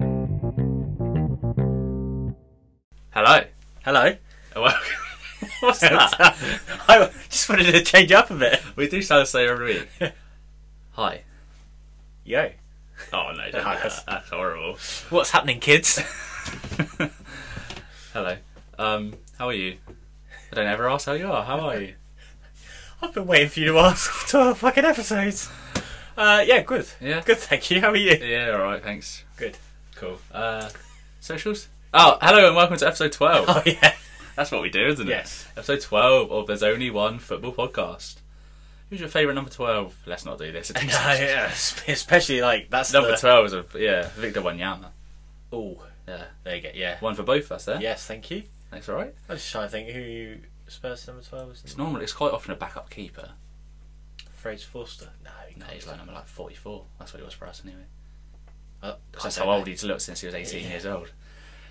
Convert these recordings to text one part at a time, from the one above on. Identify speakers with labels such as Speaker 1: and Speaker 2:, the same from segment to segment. Speaker 1: Hello.
Speaker 2: Hello.
Speaker 1: Welcome. What's that?
Speaker 2: I just wanted to change up a bit.
Speaker 1: we do sound the same every week. Hi.
Speaker 2: Yo.
Speaker 1: Oh no, don't do
Speaker 2: That's-
Speaker 1: that. That's horrible.
Speaker 2: What's happening, kids?
Speaker 1: Hello. Um, how are you? I don't ever ask how you are. How are you?
Speaker 2: I've been waiting for you to ask for 12 fucking episodes. Uh, yeah, good.
Speaker 1: Yeah.
Speaker 2: Good, thank you. How are you?
Speaker 1: Yeah, all right. Thanks.
Speaker 2: Good.
Speaker 1: Cool. Uh, socials. Oh, hello and welcome to episode twelve.
Speaker 2: Oh, yeah.
Speaker 1: That's what we do, isn't it?
Speaker 2: Yes.
Speaker 1: Episode twelve of There's Only One Football Podcast. Who's your favourite number twelve? Let's not do this.
Speaker 2: No, yeah, especially like that's
Speaker 1: Number
Speaker 2: the...
Speaker 1: twelve is a yeah Victor Wanyama.
Speaker 2: Oh,
Speaker 1: Yeah,
Speaker 2: there you go. Yeah.
Speaker 1: one for both of us there.
Speaker 2: Yes, thank you.
Speaker 1: that's all right.
Speaker 2: I was just trying to think who you Spurs number twelve was.
Speaker 1: It's normally it's quite often a backup keeper.
Speaker 2: Fraser Forster. No, he
Speaker 1: No,
Speaker 2: can't
Speaker 1: he's
Speaker 2: be.
Speaker 1: like number like 44. That's what he was for us anyway.
Speaker 2: Uh, I
Speaker 1: Because that's
Speaker 2: don't
Speaker 1: how
Speaker 2: know.
Speaker 1: old he's looked since he was 18 years old.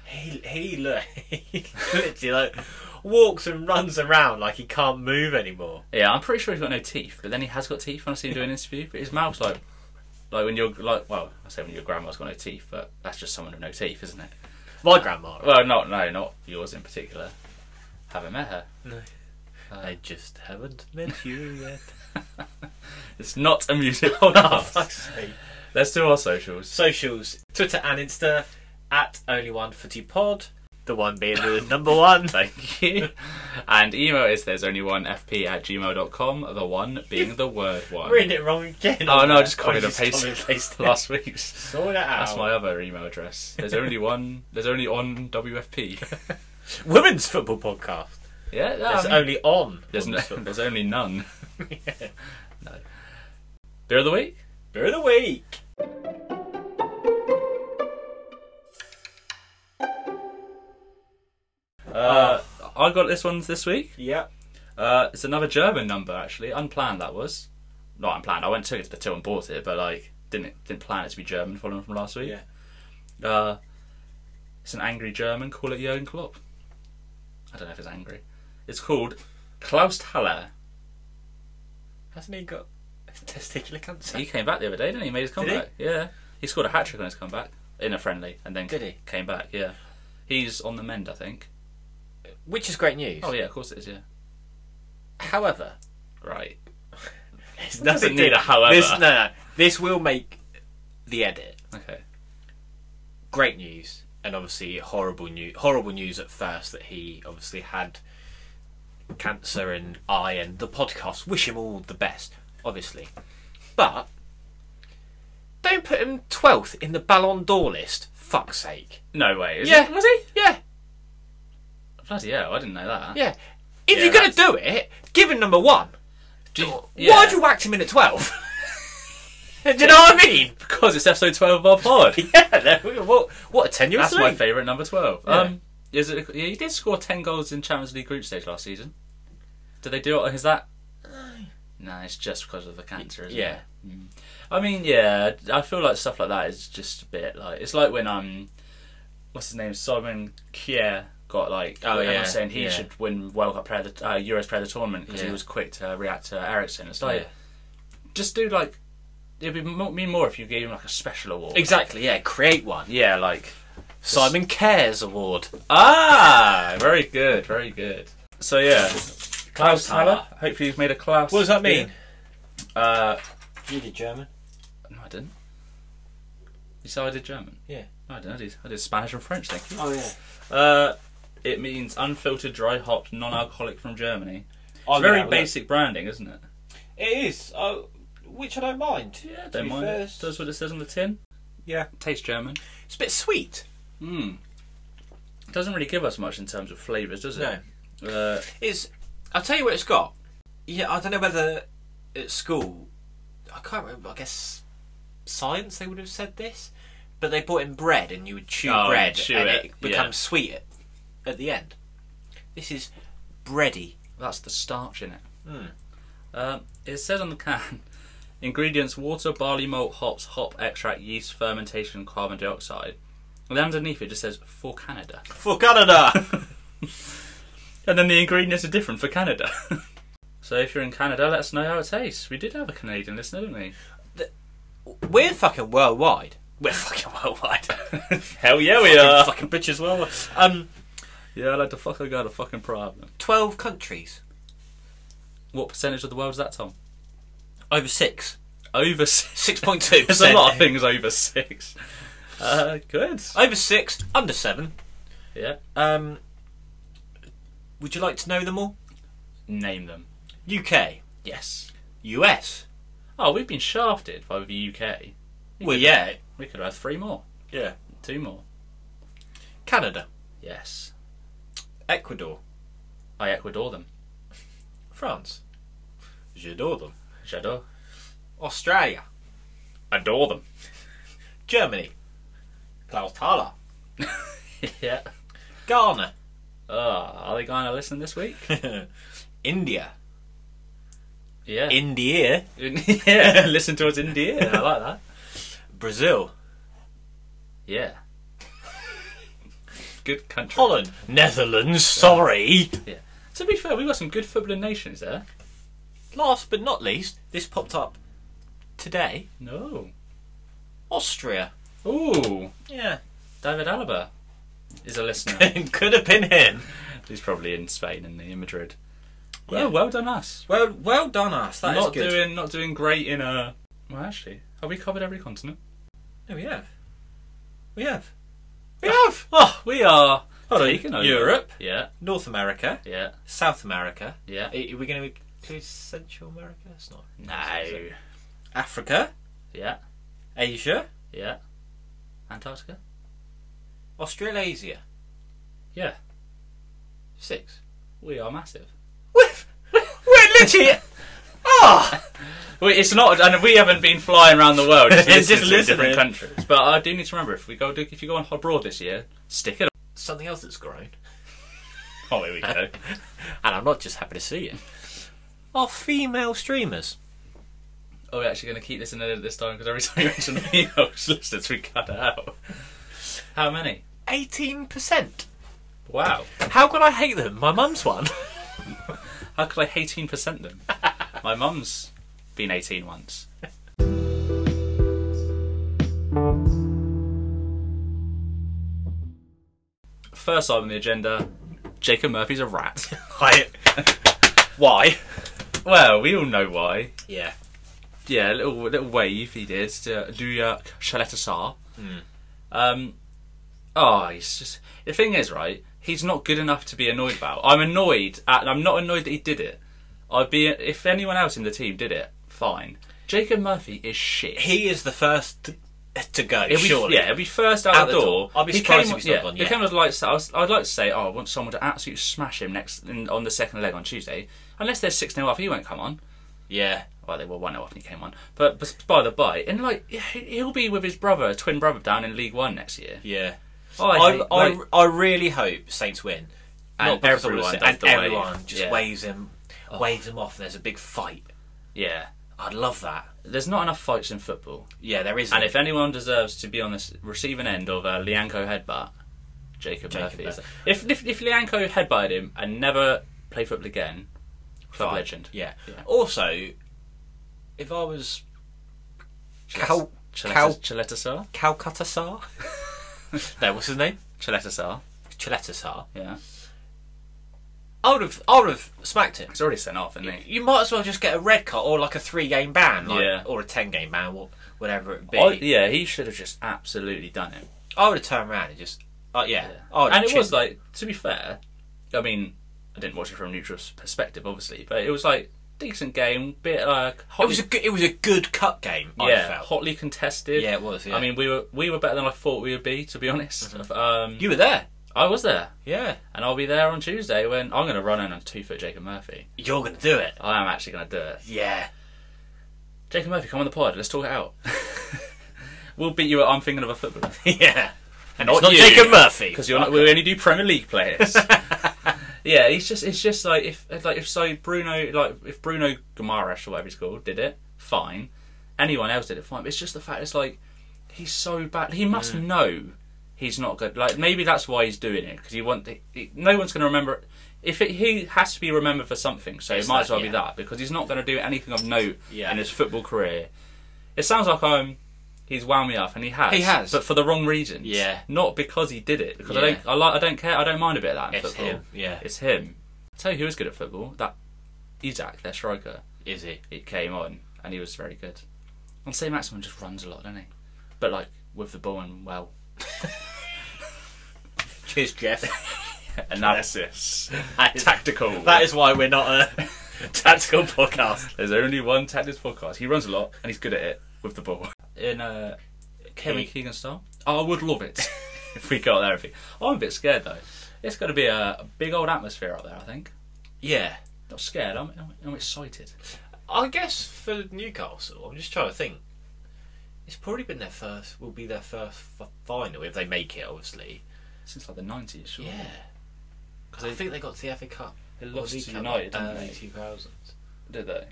Speaker 2: He he look he literally like walks and runs around like he can't move anymore.
Speaker 1: Yeah, I'm pretty sure he's got no teeth, but then he has got teeth when I see him do an interview. But his mouth's like, like when you're like, well, I say when your grandma's got no teeth, but that's just someone with no teeth, isn't it?
Speaker 2: My grandma.
Speaker 1: Well, not no, not yours in particular. Haven't met her.
Speaker 2: No.
Speaker 1: Uh,
Speaker 2: I just haven't met you yet.
Speaker 1: It's not a music podcast.
Speaker 2: Oh, Fuck's sake.
Speaker 1: Let's do our socials.
Speaker 2: Socials Twitter and Insta at only one footy pod. The one being the number one.
Speaker 1: Thank you. And email is there's only one fp at gmail.com, the one being the word one.
Speaker 2: Read it wrong again.
Speaker 1: Oh no, I just
Speaker 2: Or
Speaker 1: copied
Speaker 2: you
Speaker 1: and pasted
Speaker 2: copied and pasted it.
Speaker 1: last week's.
Speaker 2: Sort it out.
Speaker 1: That's my other email address. There's only one. There's only on WFP.
Speaker 2: women's football podcast.
Speaker 1: Yeah, no,
Speaker 2: It's
Speaker 1: I mean,
Speaker 2: only on.
Speaker 1: there's, Um, no,
Speaker 2: women's football.
Speaker 1: there's only none.
Speaker 2: Yeah.
Speaker 1: Beer of the week.
Speaker 2: Beer of the week.
Speaker 1: Uh, I got this one this week.
Speaker 2: Yep.
Speaker 1: Uh, it's another German number actually. Unplanned that was. Not unplanned. I went to the till and bought it, but like didn't didn't plan it to be German. Following from last week. Yeah. Uh, it's an angry German. Call it Jürgen Klopp. I don't know if it's angry. It's called Klaus Haller.
Speaker 2: Hasn't he got testicular cancer?
Speaker 1: He came back the other day, didn't he? He made his
Speaker 2: he?
Speaker 1: comeback. Yeah. He scored a hat trick on his comeback in a friendly and then
Speaker 2: Did he?
Speaker 1: came back, yeah. He's on the mend, I think.
Speaker 2: Which is great news.
Speaker 1: Oh, yeah, of course it is, yeah.
Speaker 2: However,
Speaker 1: Right.
Speaker 2: it's
Speaker 1: doesn't
Speaker 2: to-
Speaker 1: need a however.
Speaker 2: This, no, no, this will make the edit.
Speaker 1: Okay.
Speaker 2: Great news, and obviously horrible news. Horrible news at first that he obviously had cancer, and I and the podcast wish him all the best, obviously. But don't put him twelfth in the Ballon d'Or list. Fuck's sake.
Speaker 1: No way. Is
Speaker 2: Yeah.
Speaker 1: It? Was he?
Speaker 2: Yeah,
Speaker 1: Bloody hell, I didn't know that.
Speaker 2: yeah. If
Speaker 1: Yeah,
Speaker 2: you're gonna do it, give him number one.
Speaker 1: Do you-
Speaker 2: Why'd
Speaker 1: yeah.
Speaker 2: you whacked him in at 12? Do you know what I mean?
Speaker 1: Because it's episode 12 of our pod.
Speaker 2: Yeah, there we go. What, what a tenuous
Speaker 1: That's my
Speaker 2: link.
Speaker 1: favourite number 12.
Speaker 2: Yeah.
Speaker 1: Um, is it, yeah, he did score 10 goals in Champions League group stage last season. Did they do it? Is that. No, it's just because of the cancer, isn't
Speaker 2: Yeah.
Speaker 1: it? Mm. I mean, yeah, I feel like stuff like that is just a bit like. It's like when, um, what's his name? Simon Kier got like.
Speaker 2: Oh,
Speaker 1: everyone's
Speaker 2: yeah,
Speaker 1: saying he
Speaker 2: yeah.
Speaker 1: should win World Cup player of the, uh, Euros player of the tournament because he
Speaker 2: Yeah.
Speaker 1: was quick to react to Ericsson. It's like,
Speaker 2: Yeah.
Speaker 1: just do like. It'd be mo- mean more if you gave him like a special award.
Speaker 2: Exactly, yeah, create one.
Speaker 1: Yeah, like.
Speaker 2: Simon Cares Award.
Speaker 1: Ah, very good, very good. So yeah, Klaus Haller. Hopefully, you've made a Klaus.
Speaker 2: What does that mean?
Speaker 1: Uh,
Speaker 2: You did German.
Speaker 1: no, I didn't. You said I did German.
Speaker 2: Yeah.
Speaker 1: No, I didn't. I did, I did Spanish and French. Thank you.
Speaker 2: Oh, yeah.
Speaker 1: Uh, it means unfiltered, dry hopped, non-alcoholic from Germany.
Speaker 2: Oh,
Speaker 1: It's very basic branding, isn't it?
Speaker 2: It is, oh, which I don't mind.
Speaker 1: Yeah, don't mind. it. Does what it says on the tin.
Speaker 2: Yeah.
Speaker 1: Tastes German.
Speaker 2: It's a bit sweet.
Speaker 1: Mmm. Doesn't really give us much in terms of flavours, does it? No. Uh,
Speaker 2: It's, I'll tell you what it's got. Yeah, I don't know whether at school, I can't remember, I guess science they would have said this, but they brought in bread and you would chew
Speaker 1: Oh,
Speaker 2: bread
Speaker 1: chew
Speaker 2: and
Speaker 1: it,
Speaker 2: it,
Speaker 1: yeah.
Speaker 2: becomes sweet at, at the end. This is bready.
Speaker 1: That's the starch in it. Um, it says on the can ingredients water, barley malt, hops, hop extract, yeast, fermentation, carbon dioxide. And then underneath it just says for Canada.
Speaker 2: For Canada!
Speaker 1: And then the ingredients are different for Canada. so if you're in Canada, let us know how it tastes. We did have a Canadian listener, didn't we?
Speaker 2: We're fucking worldwide. We're fucking worldwide.
Speaker 1: Hell yeah, we
Speaker 2: We're fucking bitches worldwide. Um,
Speaker 1: Yeah, like the fucker got a fucking problem.
Speaker 2: Twelve countries
Speaker 1: What percentage of the world's that, Tom?
Speaker 2: over six,
Speaker 1: Over six.
Speaker 2: six point two
Speaker 1: There's a
Speaker 2: percent.
Speaker 1: lot of things over six. Uh, good.
Speaker 2: Over six, under seven.
Speaker 1: Yeah.
Speaker 2: Um, would you like to know them all?
Speaker 1: Name them.
Speaker 2: UK,
Speaker 1: Yes.
Speaker 2: US.
Speaker 1: Oh, we've been shafted by the UK.
Speaker 2: Well, yeah,
Speaker 1: We could have had three more,
Speaker 2: yeah.
Speaker 1: two more.
Speaker 2: Canada,
Speaker 1: Yes.
Speaker 2: Ecuador,
Speaker 1: I Ecuador them.
Speaker 2: France. J'adore them.
Speaker 1: J'adore.
Speaker 2: Australia,
Speaker 1: Adore them.
Speaker 2: Germany. Klautala.
Speaker 1: yeah.
Speaker 2: Ghana,
Speaker 1: Uh, are they going to listen this week?
Speaker 2: India.
Speaker 1: Yeah.
Speaker 2: India.
Speaker 1: yeah. Listen to us in the ear. I like that.
Speaker 2: Brazil.
Speaker 1: Yeah. good country.
Speaker 2: Holland. Netherlands, sorry.
Speaker 1: Yeah. To be fair, we've got some good footballing nations there.
Speaker 2: Last but not least, this popped up today.
Speaker 1: No.
Speaker 2: Austria.
Speaker 1: Ooh,
Speaker 2: Yeah.
Speaker 1: David Alaba is a listener.
Speaker 2: Could have been him.
Speaker 1: He's probably in Spain and in Madrid.
Speaker 2: Yeah.
Speaker 1: Well, well done us.
Speaker 2: Well well done us. That is
Speaker 1: not
Speaker 2: good.
Speaker 1: doing not doing great in a. Well, actually, have we covered every continent?
Speaker 2: No, Oh, we have. We have.
Speaker 1: We have. Oh, we are.
Speaker 2: Hold on,
Speaker 1: taking over.
Speaker 2: Europe.
Speaker 1: Yeah,
Speaker 2: North America.
Speaker 1: yeah,
Speaker 2: South America.
Speaker 1: yeah.
Speaker 2: Are, are we going to include Central America? It's not.
Speaker 1: No.
Speaker 2: Africa.
Speaker 1: Yeah,
Speaker 2: Asia.
Speaker 1: yeah. Antarctica.
Speaker 2: Australasia.
Speaker 1: Yeah,
Speaker 2: Six.
Speaker 1: we are massive.
Speaker 2: We've, we're literally. Ah!
Speaker 1: Well, it's not, and we haven't been flying around the world just
Speaker 2: Just
Speaker 1: listening to
Speaker 2: listening.
Speaker 1: different countries. But I do need to remember if we go if you go on abroad this year, stick it.
Speaker 2: Something else that's grown.
Speaker 1: Oh, here we go.
Speaker 2: And I'm not just happy to see it. Are female streamers.
Speaker 1: Are we actually going to keep this in edit this time? Because every time you mention females listeners, we cut it out. How many?
Speaker 2: 18%.
Speaker 1: Wow.
Speaker 2: How could I hate them? My mum's one.
Speaker 1: How could I 18% them? My mum's been 18 once. First item on the agenda Jacob Murphy's a rat.
Speaker 2: I, why?
Speaker 1: well, we all know why.
Speaker 2: Yeah.
Speaker 1: yeah, a little little wave he did to Luya Shaletasar.
Speaker 2: Hmm.
Speaker 1: Um, oh, he's just the thing is right. He's not good enough to be annoyed about. I'm annoyed, at, and I'm not annoyed that he did it. I'd be if anyone else in the team did it, fine. Jacob Murphy is shit.
Speaker 2: He is the first to, to go,
Speaker 1: It'll be,
Speaker 2: surely.
Speaker 1: Yeah, it'll be first out,
Speaker 2: Out
Speaker 1: the
Speaker 2: the
Speaker 1: door.
Speaker 2: door. I'll be
Speaker 1: He
Speaker 2: surprised
Speaker 1: came-
Speaker 2: if he's not
Speaker 1: yeah,
Speaker 2: gone
Speaker 1: He
Speaker 2: yet.
Speaker 1: came as like, so I was- I'd like to say, oh, I want someone to absolutely smash him next in, on the second leg on Tuesday. Unless they're 6 0 up, he won't come on.
Speaker 2: yeah.
Speaker 1: Well, they were one 0 up and he came on. But, but by the by, and like he- he'll be with his brother, twin brother, down in League One next year.
Speaker 2: Yeah.
Speaker 1: Oh, I,
Speaker 2: I,
Speaker 1: hate-
Speaker 2: I,
Speaker 1: like,
Speaker 2: I really hope Saints win.
Speaker 1: And
Speaker 2: Not because I
Speaker 1: everyone
Speaker 2: wanna say-
Speaker 1: does
Speaker 2: and
Speaker 1: the wave.
Speaker 2: everyone just
Speaker 1: Yeah. Oh.
Speaker 2: waves him, waves him off, and there's a big fight.
Speaker 1: yeah,
Speaker 2: I'd love that.
Speaker 1: there's not enough fights in football,
Speaker 2: Yeah, there is.
Speaker 1: and if anyone deserves to be on this receiving end of a Lianco headbutt, Jacob, Murphy. is-
Speaker 2: Murphy.
Speaker 1: If if if Lianco headbutted him and never played football again, club legend.
Speaker 2: Yeah.
Speaker 1: Yeah.
Speaker 2: Also, if I was Cal Cal
Speaker 1: Chaletasar,
Speaker 2: Calcutta Sar, no, what's his name?
Speaker 1: Chaletasar.
Speaker 2: Chiletta Sar.
Speaker 1: Yeah,
Speaker 2: I would have, I would have smacked him.
Speaker 1: he's already sent off, isn't he?
Speaker 2: You might as well just get a red card or like a three-game ban, like,
Speaker 1: Yeah.
Speaker 2: or a ten-game ban, wha- whatever it be.
Speaker 1: I, yeah, he should have just absolutely done it.
Speaker 2: I would have turned around and just, oh yeah, I would have
Speaker 1: and it
Speaker 2: chin-
Speaker 1: was like, to be fair, I mean, I didn't watch it from a neutral s- perspective, obviously, but it was like decent game, bit like hotly,
Speaker 2: it was a good, it was a good cup game. I
Speaker 1: yeah,
Speaker 2: felt.
Speaker 1: hotly contested.
Speaker 2: Yeah, it was, yeah. Mm-hmm.
Speaker 1: I mean, we were we were better than I thought we would be, to be honest. Um,
Speaker 2: You were there.
Speaker 1: I was there,
Speaker 2: Yeah,
Speaker 1: and I'll be there on Tuesday when I'm going to run in on two foot Jacob Murphy.
Speaker 2: you're gonna do it.
Speaker 1: I am actually going to do it.
Speaker 2: Yeah.
Speaker 1: Jacob Murphy, come on the pod. Let's talk it out. we'll beat you at I'm thinking of a footballer.
Speaker 2: Yeah. And
Speaker 1: Not
Speaker 2: it's not
Speaker 1: you.
Speaker 2: Jacob Murphy.
Speaker 1: because you're not, we only do Premier League players. yeah, it's just it's just like if like if so Bruno like if Bruno Guimaraes or whatever he's called did it, fine. Anyone else did it, fine. But it's just the fact it's like he's so bad. He must
Speaker 2: Mm.
Speaker 1: know he's not good. Like maybe that's why he's doing it because he want the, he- no one's going to remember it. If it, he has to be remembered for something, so
Speaker 2: It's
Speaker 1: it might
Speaker 2: that,
Speaker 1: as well
Speaker 2: yeah.
Speaker 1: be that because he's not going to do anything of note
Speaker 2: Yeah.
Speaker 1: in his football career. It sounds like I'm He's wound me up, and he has.
Speaker 2: He has.
Speaker 1: but for the wrong reasons.
Speaker 2: Yeah.
Speaker 1: not because he did it. Because I
Speaker 2: Yeah.
Speaker 1: don't, I like, I don't care. I don't mind a bit of that in
Speaker 2: It's
Speaker 1: football.
Speaker 2: him, yeah.
Speaker 1: it's him. I tell you who is good at football. That Isaac, their striker,
Speaker 2: Is he?
Speaker 1: he came on and he was very good. And say Maximum just runs a lot, doesn't he? But like with the ball and well
Speaker 2: Cheers, Jeff.
Speaker 1: analysis,
Speaker 2: That is-
Speaker 1: tactical.
Speaker 2: that is why we're not a tactical podcast.
Speaker 1: There's only one tactics podcast. He runs a lot and he's good at it with the ball. In uh, Kevin
Speaker 2: He-
Speaker 1: Keegan style? I would love it if we got there. If he- I'm a bit scared though. It's going to be a, a big old atmosphere up there, I think.
Speaker 2: Yeah.
Speaker 1: Not scared, I'm, I'm, I'm excited.
Speaker 2: I guess for Newcastle, I'm just trying to think. It's probably been their first, will be their first f- final if they make it, obviously.
Speaker 1: Since like the 90s, sure.
Speaker 2: Yeah. Because I think they got to the FA Cup.
Speaker 1: They
Speaker 2: or
Speaker 1: lost
Speaker 2: League
Speaker 1: to
Speaker 2: Cup uh,
Speaker 1: United, didn't
Speaker 2: early
Speaker 1: they?
Speaker 2: 2000s.
Speaker 1: Did they?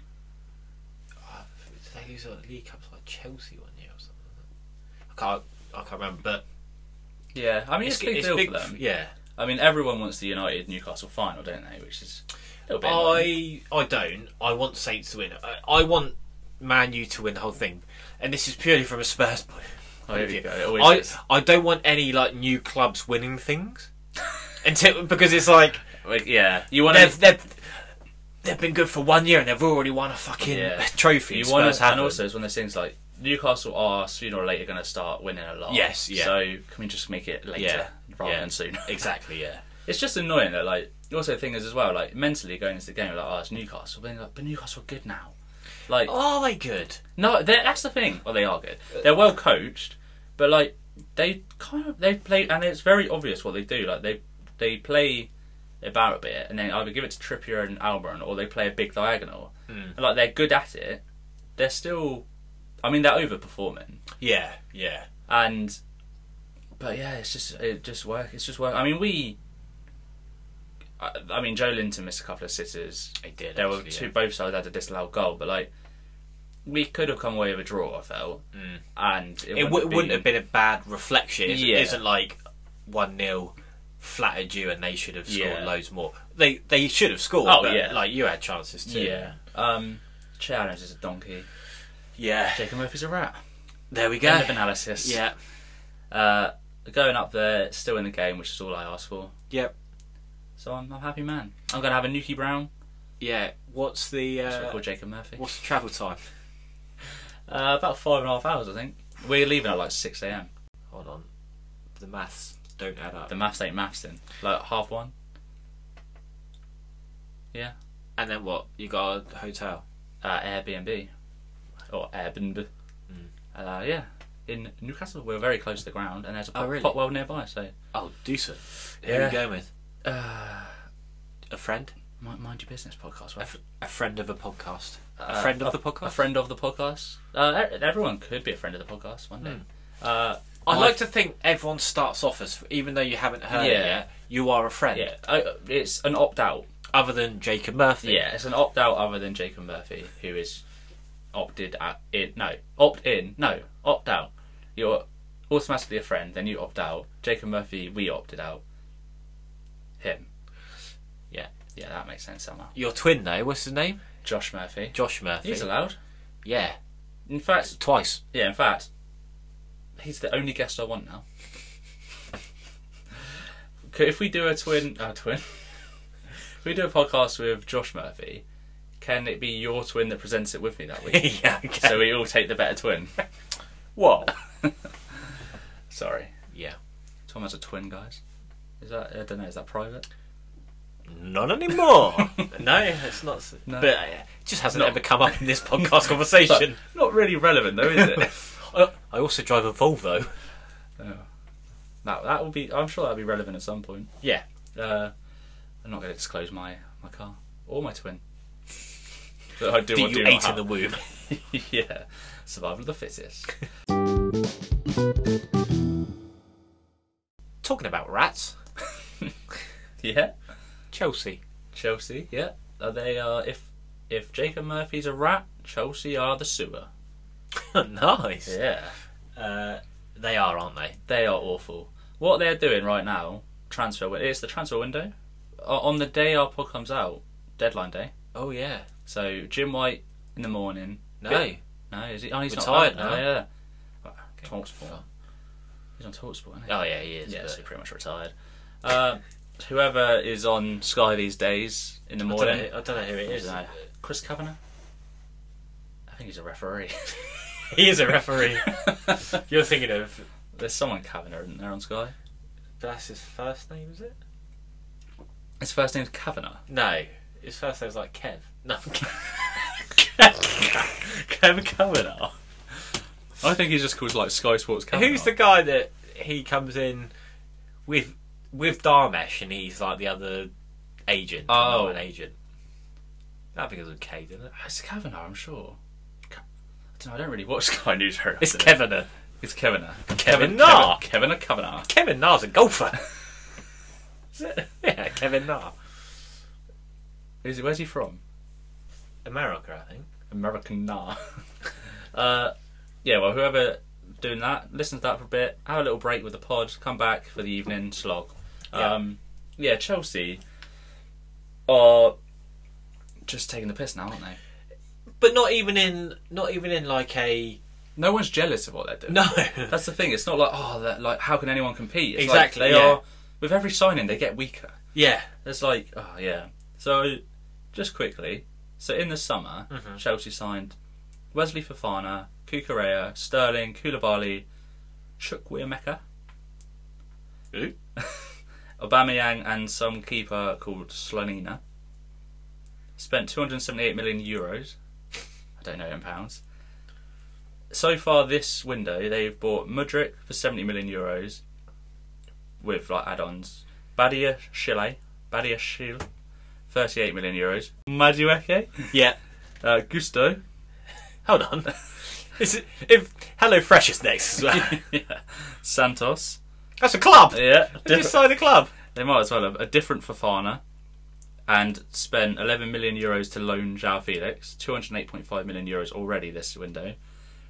Speaker 2: Oh, did they lose a League Cup to like Chelsea one year or something? I can't, I can't remember, but
Speaker 1: Yeah, I mean, it's, a big deal for
Speaker 2: f-
Speaker 1: them.
Speaker 2: Yeah.
Speaker 1: I mean, everyone wants the United Newcastle final, don't they? Which is a little bit. annoying.
Speaker 2: I I don't. I want Saints to win. I, I want Man U to win the whole thing, and this is purely from a Spurs point.
Speaker 1: Oh, here we go. It always
Speaker 2: I
Speaker 1: is.
Speaker 2: I don't want any like new clubs winning things, until because it's like
Speaker 1: Like, yeah, you want
Speaker 2: they've
Speaker 1: to.
Speaker 2: they've they've been good for one year and they've already won a fucking
Speaker 1: Yeah.
Speaker 2: trophy.
Speaker 1: You
Speaker 2: Spurs
Speaker 1: want to, and
Speaker 2: haven't.
Speaker 1: also it's one of those things like Newcastle are sooner or later going to start winning a lot.
Speaker 2: Yes, yeah.
Speaker 1: So can we just make it later
Speaker 2: yeah,
Speaker 1: rather
Speaker 2: yeah.
Speaker 1: than soon?
Speaker 2: exactly. Yeah,
Speaker 1: It's just annoying that like also the thing is as well like mentally going into the game like oh it's Newcastle, but then like but Newcastle are good now. Like
Speaker 2: are they good?
Speaker 1: No, they're- that's the thing. Well, they are good. They're well coached, but like they kind of they play, and it's very obvious what they do. Like they they play about a bit, and then either give it to Trippier and Almiron, or they play a big diagonal. And, like they're good at it. They're still, I mean, they're overperforming,
Speaker 2: Yeah, yeah.
Speaker 1: and but yeah, it's just it just work. It's just work. I mean, we. I, I mean, Joe Linton missed a couple of sitters
Speaker 2: They did.
Speaker 1: there were
Speaker 2: actually,
Speaker 1: two
Speaker 2: yeah.
Speaker 1: both sides had a disallowed goal, but like we could have come away with a draw. I felt, and it,
Speaker 2: Mm. It
Speaker 1: wouldn't,
Speaker 2: w- wouldn't
Speaker 1: been-
Speaker 2: have been a bad reflection. It
Speaker 1: Yeah.
Speaker 2: isn't like one 0 flattered you and they should have scored
Speaker 1: Yeah.
Speaker 2: loads more. They they should have scored.
Speaker 1: Oh,
Speaker 2: but,
Speaker 1: yeah.
Speaker 2: like you had chances too.
Speaker 1: Yeah, um, Che Adams is a donkey.
Speaker 2: yeah.
Speaker 1: Jacob Murphy's a rat.
Speaker 2: There we
Speaker 1: End
Speaker 2: go.
Speaker 1: of analysis.
Speaker 2: Yeah,
Speaker 1: uh, going up there, still in the game, which is all I asked for.
Speaker 2: yep,
Speaker 1: So I'm, I'm a happy man. I'm gonna have a Nuki Brown.
Speaker 2: yeah. What's the
Speaker 1: That's what I
Speaker 2: uh,
Speaker 1: call Jacob Murphy.
Speaker 2: what's the travel time?
Speaker 1: Uh, about five and a half hours, I think. We're leaving at like six a.m.
Speaker 2: Hold on, the maths don't add up.
Speaker 1: The maths ain't maths then. Like half one. Yeah.
Speaker 2: And then what? You got a hotel.
Speaker 1: uh, Airbnb or Airbnb.
Speaker 2: Hmm.
Speaker 1: Uh, yeah, in Newcastle, we're very close to the ground, and there's a
Speaker 2: Oh,
Speaker 1: pop,
Speaker 2: really?
Speaker 1: Potwell nearby. So
Speaker 2: Oh, decent. Who
Speaker 1: Yeah.
Speaker 2: are you going with?
Speaker 1: uh,
Speaker 2: A friend?
Speaker 1: mind, mind your business, podcast.
Speaker 2: A,
Speaker 1: right?
Speaker 2: fr- a friend of a podcast.
Speaker 1: Uh,
Speaker 2: a friend of
Speaker 1: a-
Speaker 2: the podcast.
Speaker 1: a friend of the podcast. Uh, e- everyone could be a friend of the podcast one day. Uh,
Speaker 2: I
Speaker 1: my-
Speaker 2: Hmm. like to think everyone starts off as, even though you haven't heard
Speaker 1: Yeah.
Speaker 2: it yet, you are a friend.
Speaker 1: Yeah, I, it's an opt out.
Speaker 2: Other than Jacob Murphy.
Speaker 1: Yeah, it's an opt out other than Jacob Murphy, who is opted out in. No, opt in. No, opt out. You're automatically a friend. Then you opt out. Jacob Murphy, we opted out. Him. Yeah, yeah, that makes sense somehow.
Speaker 2: Your twin, though, what's his name?
Speaker 1: Josh Murphy.
Speaker 2: Josh Murphy.
Speaker 1: He's allowed.
Speaker 2: yeah,
Speaker 1: In fact,
Speaker 2: twice.
Speaker 1: yeah, in fact, he's the only guest I want now. Could- if we do a twin, uh, twin, if we do a podcast with Josh Murphy, can it be your twin that presents it with me that week?
Speaker 2: yeah, okay.
Speaker 1: so we all take the better twin.
Speaker 2: what?
Speaker 1: Sorry,
Speaker 2: Yeah.
Speaker 1: Tom has a twin, guys. Is that I don't know? Is that private?
Speaker 2: Not anymore. no, it's not. s-
Speaker 1: No.
Speaker 2: But uh, it just hasn't
Speaker 1: Not-
Speaker 2: ever come up in this podcast conversation.
Speaker 1: Not really relevant though, is it?
Speaker 2: I I also drive a Volvo.
Speaker 1: that that will be. I'm sure that'll be relevant at some point.
Speaker 2: Yeah.
Speaker 1: Uh, I'm not going to disclose my my car or my twin. That I do
Speaker 2: That
Speaker 1: or do
Speaker 2: you
Speaker 1: not
Speaker 2: ate in
Speaker 1: have.
Speaker 2: the womb.
Speaker 1: yeah, survival of the fittest.
Speaker 2: Talking about rats,
Speaker 1: yeah,
Speaker 2: Chelsea.
Speaker 1: Chelsea. Yeah, are they? Uh, if if Jacob Murphy's a rat, Chelsea are the sewer.
Speaker 2: nice.
Speaker 1: Yeah,
Speaker 2: Uh, they are, aren't they?
Speaker 1: they are awful. What they're doing right now, transfer. win- It's the transfer window. O- On the day our pod comes out, deadline day.
Speaker 2: Oh yeah.
Speaker 1: So Jim White in the morning.
Speaker 2: No.
Speaker 1: Yeah. No, is he? Oh, he's not
Speaker 2: Retired
Speaker 1: oh,
Speaker 2: now.
Speaker 1: yeah.
Speaker 2: think.
Speaker 1: Talksport. He's on Talksport, isn't he?
Speaker 2: Oh yeah, he is.
Speaker 1: yeah,
Speaker 2: but
Speaker 1: so pretty much retired. Uh, whoever is on Sky these days in the
Speaker 2: I, don't know,
Speaker 1: morning,
Speaker 2: who- I don't know who it
Speaker 1: I
Speaker 2: is.
Speaker 1: don't know. Chris Kavanagh. I think he's a referee.
Speaker 2: He is a referee. You're thinking of
Speaker 1: There's someone Kavanagh, isn't there, on Sky?
Speaker 2: that's his first name, is it?
Speaker 1: His first name's Kavanagh.
Speaker 2: No, his first name's like Kev. No, Kev Kavanagh.
Speaker 1: I think he's just called like Sky Sports Kavanagh.
Speaker 2: Who's the guy that he comes in with with Darmesh and he's like the other agent?
Speaker 1: Oh.
Speaker 2: not an agent. I think it was a K, didn't it?
Speaker 1: It's Kavanagh, I'm sure. Ka- I don't know. I don't really watch Sky News very often.
Speaker 2: It's Kevin. uh,
Speaker 1: It's Kavanagh. Kavanagh.
Speaker 2: Kevin Nah.
Speaker 1: Kevin Kavanagh.
Speaker 2: Kevin Na's a golfer. Is it? Yeah, Kevin Na.
Speaker 1: Is he, where's he from?
Speaker 2: America, I think.
Speaker 1: American Nah. uh, yeah, well, whoever doing that, listen to that for a bit, have a little break with the pod, come back for the evening slog.
Speaker 2: Yeah.
Speaker 1: Um, yeah, Chelsea are just taking the piss now, aren't they?
Speaker 2: But not even in not even in like a
Speaker 1: No one's jealous of what they're doing.
Speaker 2: no.
Speaker 1: That's the thing. It's not like oh, that, like how can anyone compete? It's
Speaker 2: Exactly,
Speaker 1: Like they
Speaker 2: yeah.
Speaker 1: are with every signing they get weaker.
Speaker 2: yeah.
Speaker 1: It's like, oh yeah. So, just quickly. So in the summer, Chelsea signed Wesley Fofana, Kukurea, Sterling, Koulibaly, Chukwuemeka, Aubameyang, and some keeper called Slonina. Spent 278 million euros. I don't know in pounds. So far this window, they've bought Mudrik for 70 million euros, with like add-ons. Badia Chile, Badia Chile, 38 million euros. Madueke,
Speaker 2: Yeah.
Speaker 1: uh, Gusto,
Speaker 2: Hold on. Is it, if Hello Fresh is next as well.
Speaker 1: yeah. Santos,
Speaker 2: That's a club.
Speaker 1: yeah.
Speaker 2: They just signed a club.
Speaker 1: They might as well have a different Fafana and spent 11 million euros to loan Jao Felix, 208.5 million euros already this window.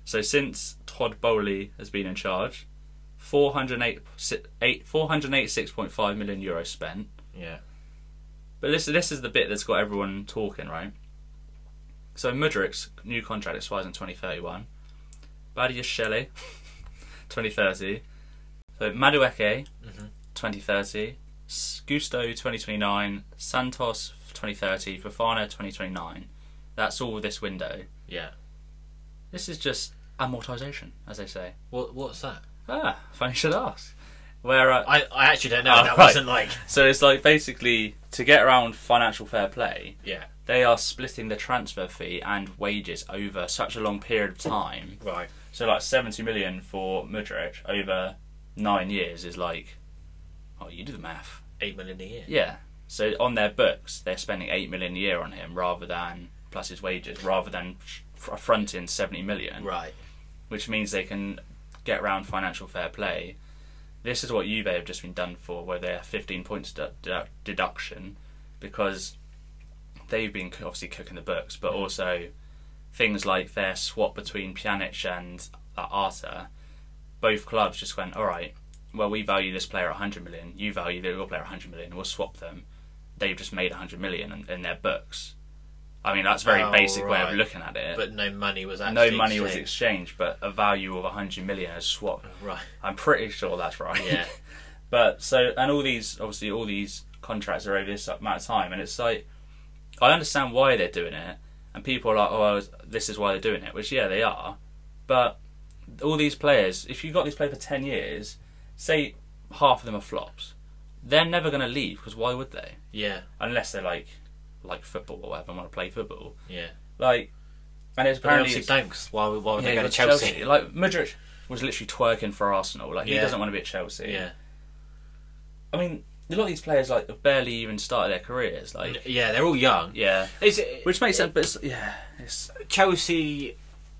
Speaker 1: So since Todd Bowley has been in charge, 408, si- eight- 486.5 million euros spent.
Speaker 2: Yeah.
Speaker 1: But this, this is the bit that's got everyone talking, right? So Mudrik's new contract expires in 2031. Badia Shelley, 2030. So Madueke, 2030. S- Gusto, 2029. Santos, 2030. Fofana, 2029. That's all this window.
Speaker 2: Yeah.
Speaker 1: This is just amortisation, as they say.
Speaker 2: What What's that?
Speaker 1: Ah, funny you should ask. Where uh,
Speaker 2: I, I actually don't know.
Speaker 1: Oh,
Speaker 2: that
Speaker 1: right.
Speaker 2: wasn't like.
Speaker 1: so it's like basically to get around financial fair play.
Speaker 2: Yeah.
Speaker 1: they are splitting the transfer fee and wages over such a long period of time.
Speaker 2: Right.
Speaker 1: So like seventy million for Mudrich over nine years is like, oh, you do the math.
Speaker 2: Eight million a year.
Speaker 1: Yeah. So on their books, they're spending eight million a year on him rather than plus his wages, rather than fr- fronting seventy million,
Speaker 2: Right.
Speaker 1: which means they can get around financial fair play. This is what Juve have just been done for, where they have fifteen points dedu- dedu- deduction because they've been co- obviously cooking the books,
Speaker 2: Mm.
Speaker 1: but also things like their swap between Pjanic and uh, Arta, both clubs just went, all right, well, we value this player at 100 million, you value your player at 100 million, we'll swap them. They've just made 100 million in, in their books. I mean, that's a very
Speaker 2: Oh,
Speaker 1: basic way
Speaker 2: right.
Speaker 1: of looking at it.
Speaker 2: But no money was
Speaker 1: no
Speaker 2: actually.
Speaker 1: money was
Speaker 2: exchanged.
Speaker 1: exchanged, but a value of 100 million is swapped.
Speaker 2: Right.
Speaker 1: I'm pretty sure that's right.
Speaker 2: Yeah.
Speaker 1: But so, and all these, obviously, all these contracts are over this amount of time, and it's like, I understand why they're doing it, and people are like, oh, this is why they're doing it, which, yeah, they are. But all these players, if you got these players for 10 years, say half of them are flops, they're never going to leave, because why would they?
Speaker 2: yeah.
Speaker 1: Unless they're like, like football or whatever, and want to play football.
Speaker 2: Yeah.
Speaker 1: Like, and it's apparently.
Speaker 2: Apparently obviously
Speaker 1: it's-
Speaker 2: don't. 'cause why would, why would they
Speaker 1: yeah,
Speaker 2: go to
Speaker 1: it's
Speaker 2: Chelsea?
Speaker 1: Like, Mudrick was literally twerking for Arsenal. Like, he
Speaker 2: Yeah.
Speaker 1: doesn't want to be at Chelsea.
Speaker 2: Yeah.
Speaker 1: I mean, a lot of these players like have barely even started their careers. Like,
Speaker 2: Yeah. They're all young.
Speaker 1: yeah,
Speaker 2: Is it,
Speaker 1: which makes sense. But it's, yeah, it's
Speaker 2: Chelsea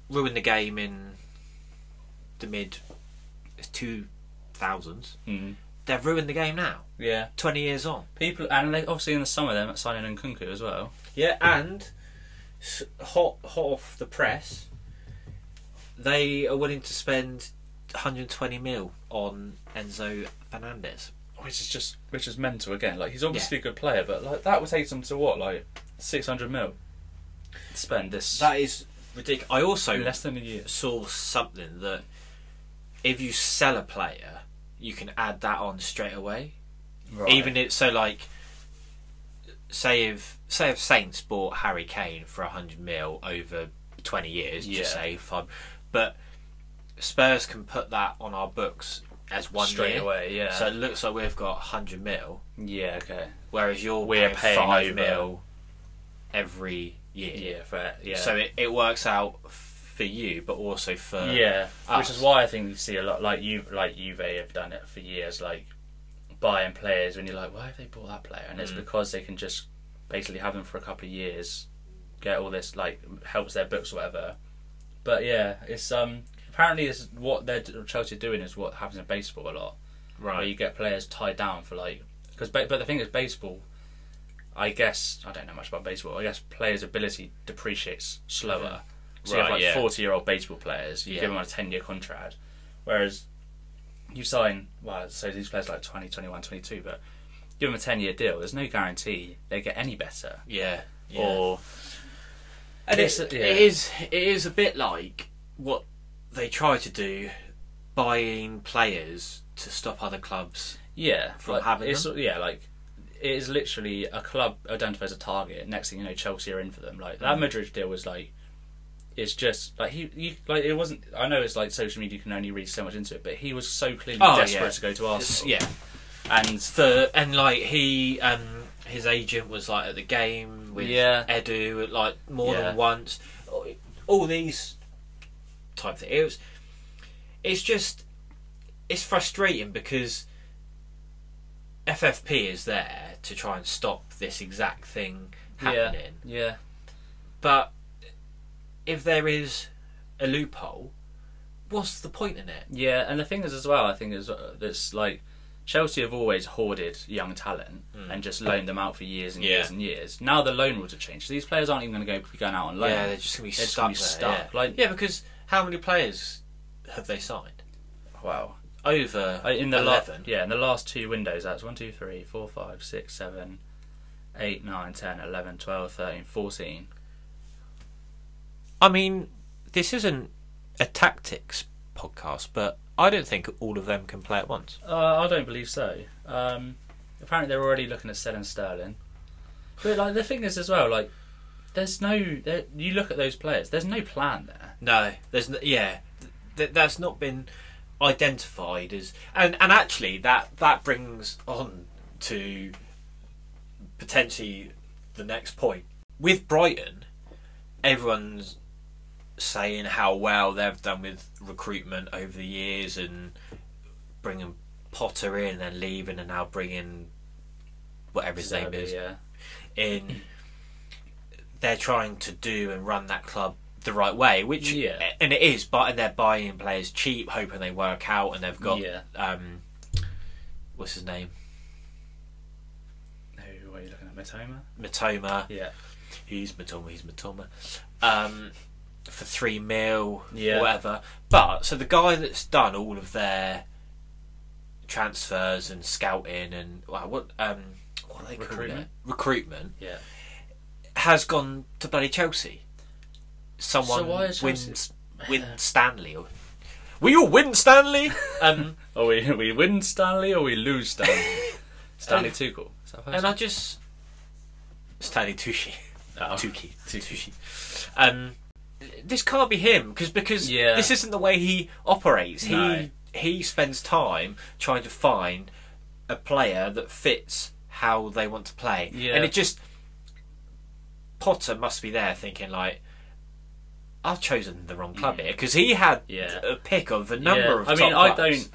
Speaker 2: ruined the game in the mid two thousands.
Speaker 1: Mm.
Speaker 2: They've ruined the game now.
Speaker 1: yeah.
Speaker 2: Twenty years on.
Speaker 1: People and they, obviously in the summer they're signing Nkunku as well.
Speaker 2: Yeah, and s- hot hot off the press, they are willing to spend 120 mil on Enzo Fernandez.
Speaker 1: Which is just which is mental again. Like he's obviously a good player, but like that would take them to what like six hundred mil. Spend this
Speaker 2: That is ridiculous. I also
Speaker 1: less than a year.
Speaker 2: saw something that if you sell a player, you can add that on straight away.
Speaker 1: Right.
Speaker 2: Even if so, like say if say if Saints bought Harry Kane for hundred mil over twenty years,
Speaker 1: Yeah.
Speaker 2: just say five, but Spurs can put that on our books as one
Speaker 1: straight
Speaker 2: year.
Speaker 1: away, yeah.
Speaker 2: So it looks like we've got hundred mil,
Speaker 1: yeah, okay.
Speaker 2: whereas you're
Speaker 1: We're
Speaker 2: paying,
Speaker 1: paying
Speaker 2: five
Speaker 1: over.
Speaker 2: mil every year.
Speaker 1: Yeah, fair. Yeah.
Speaker 2: So it, it works out for you, but also for
Speaker 1: yeah,
Speaker 2: us.
Speaker 1: which is why I think you see a lot like you like Juve have done it for years, like buying players when you're like, why have they bought that player? And it's
Speaker 2: Mm.
Speaker 1: because they can just basically have them for a couple of years, get all this like helps their books or whatever. But yeah, it's um apparently it's what they're Chelsea are doing is what happens in baseball a lot, where
Speaker 2: right.
Speaker 1: you get players tied down for like because ba- but the thing is baseball. I guess I don't know much about baseball. I guess players' ability depreciates slower. So you have
Speaker 2: Right,
Speaker 1: like
Speaker 2: yeah.
Speaker 1: forty-year-old baseball players. You
Speaker 2: Yeah.
Speaker 1: give them on a ten-year contract, whereas you sign well. So these players are like 20, 21, 22, but give them a ten-year deal. There's no guarantee they get any better.
Speaker 2: Yeah. yeah.
Speaker 1: Or
Speaker 2: And
Speaker 1: It's-
Speaker 2: it's,
Speaker 1: yeah.
Speaker 2: it is it is a bit like what they try to do, buying players to stop other clubs.
Speaker 1: yeah,
Speaker 2: From
Speaker 1: like,
Speaker 2: having
Speaker 1: it's, yeah, like it is literally a club identified as a target. Next thing you know, Chelsea are in for them. Like
Speaker 2: Mm.
Speaker 1: that Madrid deal was like. It's just like he, he, like it wasn't. I know it's like social media can only read so much into it, but he was so clearly
Speaker 2: Oh,
Speaker 1: desperate
Speaker 2: yeah.
Speaker 1: to go to
Speaker 2: It's-
Speaker 1: Arsenal.
Speaker 2: yeah,
Speaker 1: and
Speaker 2: for and like he um his agent was like at the game with
Speaker 1: Yeah.
Speaker 2: Edu like more
Speaker 1: Yeah.
Speaker 2: than once. All these type things. It was, it's just it's frustrating because FFP is there to try and stop this exact thing happening.
Speaker 1: yeah, yeah.
Speaker 2: But if there is a loophole, what's the point in it?
Speaker 1: Yeah, and the thing is as well, I think is uh, that's like Chelsea have always hoarded young talent and just loaned them out for years and
Speaker 2: Mm. Yeah.
Speaker 1: years and years. Now the loan rules have changed, so these players aren't even going to go be going out on loan.
Speaker 2: Yeah, they're just gonna be
Speaker 1: They're just
Speaker 2: stuck.
Speaker 1: gonna be
Speaker 2: there,
Speaker 1: stuck,
Speaker 2: Yeah.
Speaker 1: like-
Speaker 2: yeah, because how many players have they signed?
Speaker 1: wow.
Speaker 2: Over
Speaker 1: Uh, In the last,
Speaker 2: eleven.
Speaker 1: yeah, in the last two windows, that's one, two, three, four, five, six, seven, eight, nine, ten, eleven, twelve, thirteen, fourteen.
Speaker 2: I mean, this isn't a tactics podcast, but I don't think all of them can play at once.
Speaker 1: Uh, I don't believe so. Um, apparently, they're already looking at selling Sterling. But like the thing is as well, like there's no there, you look at those players, there's no plan there.
Speaker 2: No, there's n yeah, th- th- that's not been identified as, and and actually that that brings on to potentially the next point with Brighton. Everyone's saying how well they've done with recruitment over the years and bringing Potter in and then leaving and now bringing whatever his name
Speaker 1: Zerbi,
Speaker 2: is
Speaker 1: yeah.
Speaker 2: in they're trying to do and run that club the right way, which
Speaker 1: Yeah.
Speaker 2: and it is, but and they're buying players cheap, hoping they work out, and they've got
Speaker 1: Yeah.
Speaker 2: um, what's his name,
Speaker 1: Who are you looking at? Matoma?
Speaker 2: Matoma.
Speaker 1: Yeah.
Speaker 2: He's Matoma. He's Matoma. Um, for three mil,
Speaker 1: Yeah.
Speaker 2: or whatever. But so the guy that's done all of their transfers and scouting and wow, what um, what are they calling it?
Speaker 1: Recruitment.
Speaker 2: Recruitment.
Speaker 1: Yeah.
Speaker 2: has gone to bloody Chelsea. Someone
Speaker 1: So why is
Speaker 2: wins
Speaker 1: Chelsea-
Speaker 2: win Stanley. Will you win Stanley? um,
Speaker 1: Or we we win Stanley or we lose Stanley. Stanley Tuchel. Oh. Is that
Speaker 2: and I just Stanley Tucci,
Speaker 1: Oh.
Speaker 2: Tucci, Tucci. Um, this can't be him because because
Speaker 1: Yeah.
Speaker 2: this isn't the way he operates. He
Speaker 1: No.
Speaker 2: he spends time trying to find a player that fits how they want to play,
Speaker 1: Yeah.
Speaker 2: and it just Potter must be there thinking like. I've chosen the wrong club here because he had
Speaker 1: Yeah.
Speaker 2: a pick of a number of.
Speaker 1: I
Speaker 2: top
Speaker 1: mean, I
Speaker 2: clubs.
Speaker 1: don't.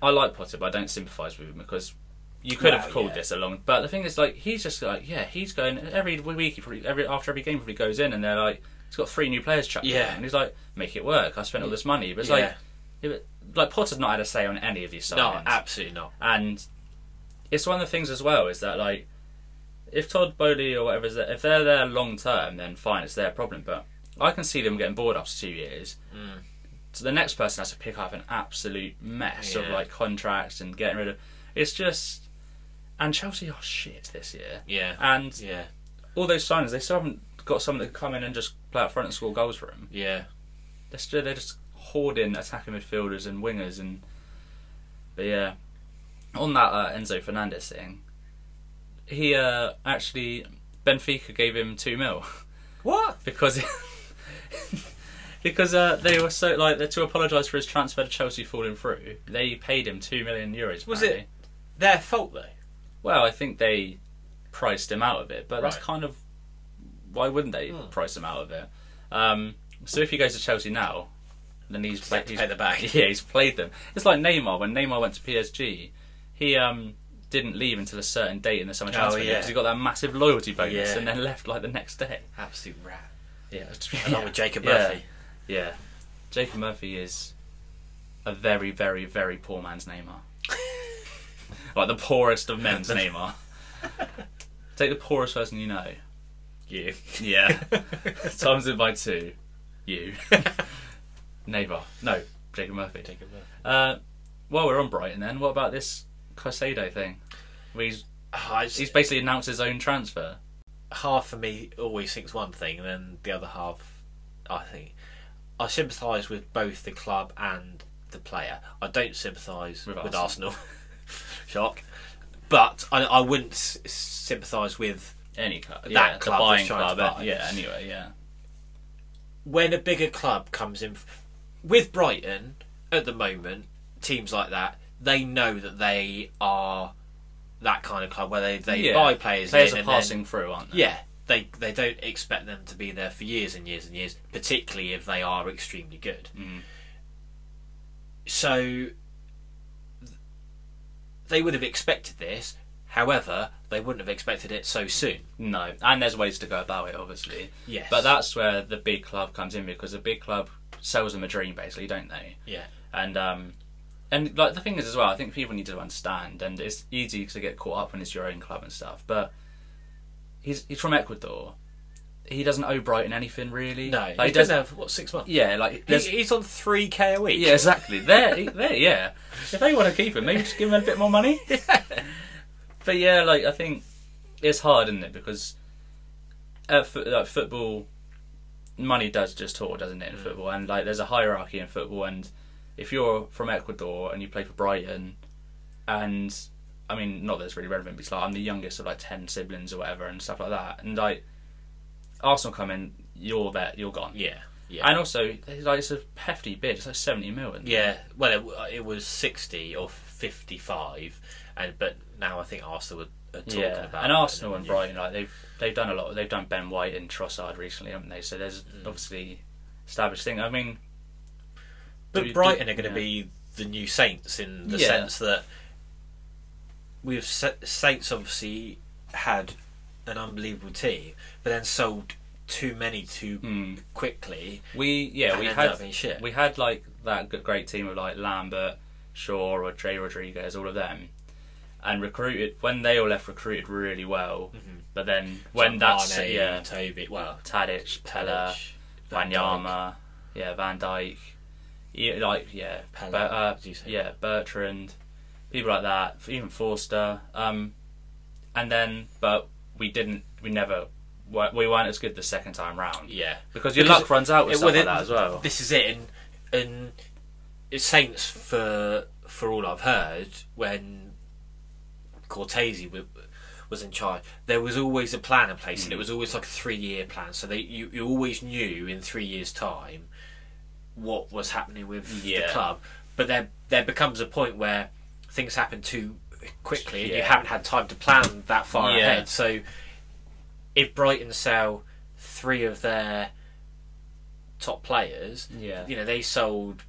Speaker 1: I like Potter, but I don't sympathise with him because you could have
Speaker 2: Well,
Speaker 1: called
Speaker 2: yeah.
Speaker 1: this along. But the thing is, like, he's just like, yeah, he's going every week. He probably every after every game, probably goes in, and they're like, he's got three new players chucked.
Speaker 2: Yeah.
Speaker 1: in, and he's like, make it work. I spent all this money, but it's like,
Speaker 2: Yeah.
Speaker 1: yeah, but, like Potter's not had a say on any of these
Speaker 2: No,
Speaker 1: signings.
Speaker 2: absolutely not.
Speaker 1: And it's one of the things as well is that like if Todd Bowley or whatever is there, if they're there long term, then fine, it's their problem. But I can see them getting bored after two years. So the next person has to pick up an absolute mess of
Speaker 2: Yeah.
Speaker 1: like contracts and getting rid of. It's just and Chelsea are shit this year.
Speaker 2: Yeah.
Speaker 1: And
Speaker 2: Yeah,
Speaker 1: all those signings, they still haven't got someone that can come in and just play up front and score goals for them.
Speaker 2: yeah.
Speaker 1: They're still they're just hoarding attacking midfielders and wingers and but yeah, on that uh, Enzo Fernandez thing, he uh, actually Benfica gave him two mil
Speaker 2: What?
Speaker 1: because because uh, they were so like they're to apologise for his transfer to Chelsea falling through. They paid him two million euros.
Speaker 2: Was
Speaker 1: apparently.
Speaker 2: it their fault though?
Speaker 1: Well, I think they priced him out of it, but that's
Speaker 2: Right.
Speaker 1: kind of why wouldn't they
Speaker 2: Hmm.
Speaker 1: price him out of it? Um, so if he goes to Chelsea now, then he's
Speaker 2: They have to
Speaker 1: he's
Speaker 2: pay the back.
Speaker 1: yeah, he's played them. It's like Neymar. When Neymar went to PSG, he um, didn't leave until a certain date in the summer
Speaker 2: Oh,
Speaker 1: transfer
Speaker 2: yeah.
Speaker 1: because he got that massive loyalty bonus
Speaker 2: Yeah.
Speaker 1: and then left like the next day.
Speaker 2: Absolute rat.
Speaker 1: Yeah,
Speaker 2: Along with Jacob
Speaker 1: Yeah.
Speaker 2: Murphy.
Speaker 1: Yeah, Jacob Murphy is a very, very, very poor man's Neymar. like the poorest of men's Neymar. Take the poorest person you know.
Speaker 2: You.
Speaker 1: Yeah. Times it by two. You. Neymar. No, Jacob Murphy.
Speaker 2: Jacob Murphy.
Speaker 1: Uh, while we're on Brighton, then what about this Caicedo thing? Where he's
Speaker 2: Uh, I just-
Speaker 1: he's basically announced his own transfer.
Speaker 2: half of me always thinks one thing, and then the other half, I think, I sympathise with both the club and the player. I don't sympathise
Speaker 1: With
Speaker 2: with,
Speaker 1: Arsenal.
Speaker 2: Arsenal. Shock. But I, I wouldn't s- sympathise with
Speaker 1: Any club,
Speaker 2: That
Speaker 1: yeah,
Speaker 2: club
Speaker 1: the
Speaker 2: that's
Speaker 1: buying
Speaker 2: trying to
Speaker 1: club, uh,
Speaker 2: buy.
Speaker 1: yeah. Anyway, yeah,
Speaker 2: when a bigger club comes in. f- With Brighton, at the moment, teams like that, they know that they are that kind of club where they, they
Speaker 1: yeah.
Speaker 2: buy players,
Speaker 1: Players
Speaker 2: in
Speaker 1: are
Speaker 2: and then-
Speaker 1: passing through, aren't they?
Speaker 2: Yeah, they they don't expect them to be there for years and years and years, particularly if they are extremely good.
Speaker 1: Mm.
Speaker 2: So th- they would have expected this. However, they wouldn't have expected it so soon.
Speaker 1: No, and there's ways to go about it, obviously.
Speaker 2: Yes.
Speaker 1: But that's where the big club comes in because the big club sells them a dream, basically, don't they?
Speaker 2: Yeah.
Speaker 1: And um, and like the thing is as well, I think people need to understand, and it's easy to get caught up when it's your own club and stuff. But he's he's from Ecuador. He doesn't owe Brighton anything really.
Speaker 2: No,
Speaker 1: Like,
Speaker 2: he
Speaker 1: does-
Speaker 2: doesn't have what six months.
Speaker 1: Yeah, like
Speaker 2: He,
Speaker 1: there's,
Speaker 2: he's on three k a week.
Speaker 1: yeah, exactly. There, there, yeah. If they want to keep him, maybe just give him a bit more money. But yeah, like I think it's hard, isn't it? Because at fo- like football, money does just talk, doesn't it? In football, and like there's a hierarchy in football, and if you're from Ecuador and you play for Brighton, and I mean, not that it's really relevant, because like I'm the youngest of like ten siblings or whatever, and stuff like that, and like Arsenal come in, you're there, you're gone.
Speaker 2: yeah, yeah.
Speaker 1: And also, it's like it's a hefty bid. It's like seventy mil. isn't it?
Speaker 2: Yeah, well, it, w- it was sixty or fifty-five, and but now I think Arsenal are, are talking
Speaker 1: yeah.
Speaker 2: about
Speaker 1: and
Speaker 2: it,
Speaker 1: Arsenal and
Speaker 2: you-
Speaker 1: Brighton, like they've they've done a lot. They've done Ben White and Trossard recently, haven't they? So there's obviously established thing. I mean,
Speaker 2: But
Speaker 1: Do you-
Speaker 2: Brighton
Speaker 1: do-
Speaker 2: are going to
Speaker 1: yeah.
Speaker 2: be the new Saints in the
Speaker 1: Yeah.
Speaker 2: sense that we've sa- Saints obviously had an unbelievable team, but then sold too many too quickly.
Speaker 1: we Hmm. yeah
Speaker 2: And
Speaker 1: we
Speaker 2: ended
Speaker 1: had
Speaker 2: up in shit.
Speaker 1: we had like that g- great team of like Lambert, Shaw, or Trey Rodriguez, all of them, and recruited when they all left recruited really well. But then when
Speaker 2: Like
Speaker 1: that's
Speaker 2: Mane,
Speaker 1: yeah,
Speaker 2: Toby, well,
Speaker 1: Tadic, Pella,
Speaker 2: Tadic, Van
Speaker 1: Wanyama, yeah, Van Dyke, yeah, like yeah,
Speaker 2: Pella,
Speaker 1: But, uh,
Speaker 2: as you say.
Speaker 1: yeah, Bertrand, people like that, even Forster, um, and then but we didn't, we never, were- we weren't as good the second time round.
Speaker 2: yeah,
Speaker 1: Because your luck
Speaker 2: it-
Speaker 1: runs out with
Speaker 2: it-
Speaker 1: stuff
Speaker 2: well,
Speaker 1: like that as well.
Speaker 2: This is it, and and it's Saints for for all I've heard when Cortese was, was in charge. There was always a plan in place,
Speaker 1: Mm.
Speaker 2: and it was always like a three year plan. So they you, you always knew in three years' time what was happening with
Speaker 1: Yeah.
Speaker 2: the club. But there there becomes a point where things happen too quickly, and you
Speaker 1: Yeah.
Speaker 2: haven't had time to plan that far
Speaker 1: Yeah.
Speaker 2: ahead. So if Brighton sell three of their top players,
Speaker 1: Yeah.
Speaker 2: you know they sold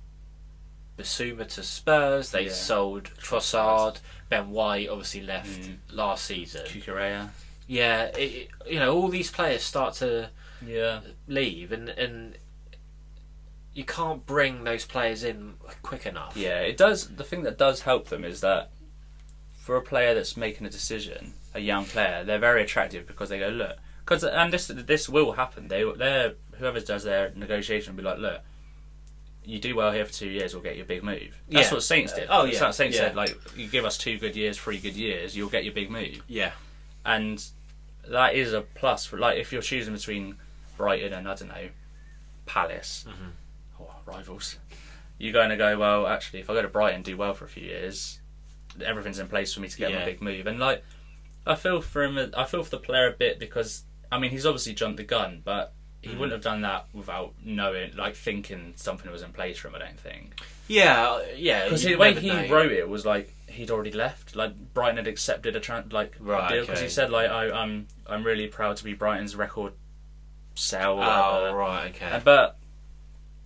Speaker 2: Basuma to Spurs, they
Speaker 1: Yeah.
Speaker 2: sold Trossard, Ben White obviously left
Speaker 1: Mm.
Speaker 2: last season.
Speaker 1: Kukurea.
Speaker 2: Yeah, it, it- you know all these players start to
Speaker 1: Yeah.
Speaker 2: leave, and and you can't bring those players in quick enough.
Speaker 1: Yeah, it does. The thing that does help them is that for a player that's making a decision, a young player, they're very attractive because they go, look, because and this this will happen. They they whoever does their negotiation will be like, look, you do well here for two years, we'll get your big move. That's
Speaker 2: Yeah.
Speaker 1: what Saints did.
Speaker 2: Oh,
Speaker 1: That's
Speaker 2: yeah,
Speaker 1: what Saints
Speaker 2: yeah.
Speaker 1: said like, you give us two good years, three good years, you'll get your big move
Speaker 2: yeah,
Speaker 1: and that is a plus for like if you're choosing between Brighton and I don't know Palace or rivals you're going to go, well, actually, if I go to Brighton, do well for a few years, everything's in place for me to get my
Speaker 2: Yeah.
Speaker 1: big move. And like, I feel for him. I feel for the player a bit because I mean, he's obviously jumped the gun, but he wouldn't have done that without knowing, like, thinking something was in place for him. I don't think
Speaker 2: Yeah, uh, yeah.
Speaker 1: because
Speaker 2: you
Speaker 1: the way
Speaker 2: never
Speaker 1: he
Speaker 2: know.
Speaker 1: wrote it was like he'd already left. Like Brighton had accepted a tran like
Speaker 2: Right,
Speaker 1: deal because
Speaker 2: okay.
Speaker 1: he said like, I, I'm I'm really proud to be Brighton's record sale. whatever.
Speaker 2: Oh right, okay.
Speaker 1: Uh, But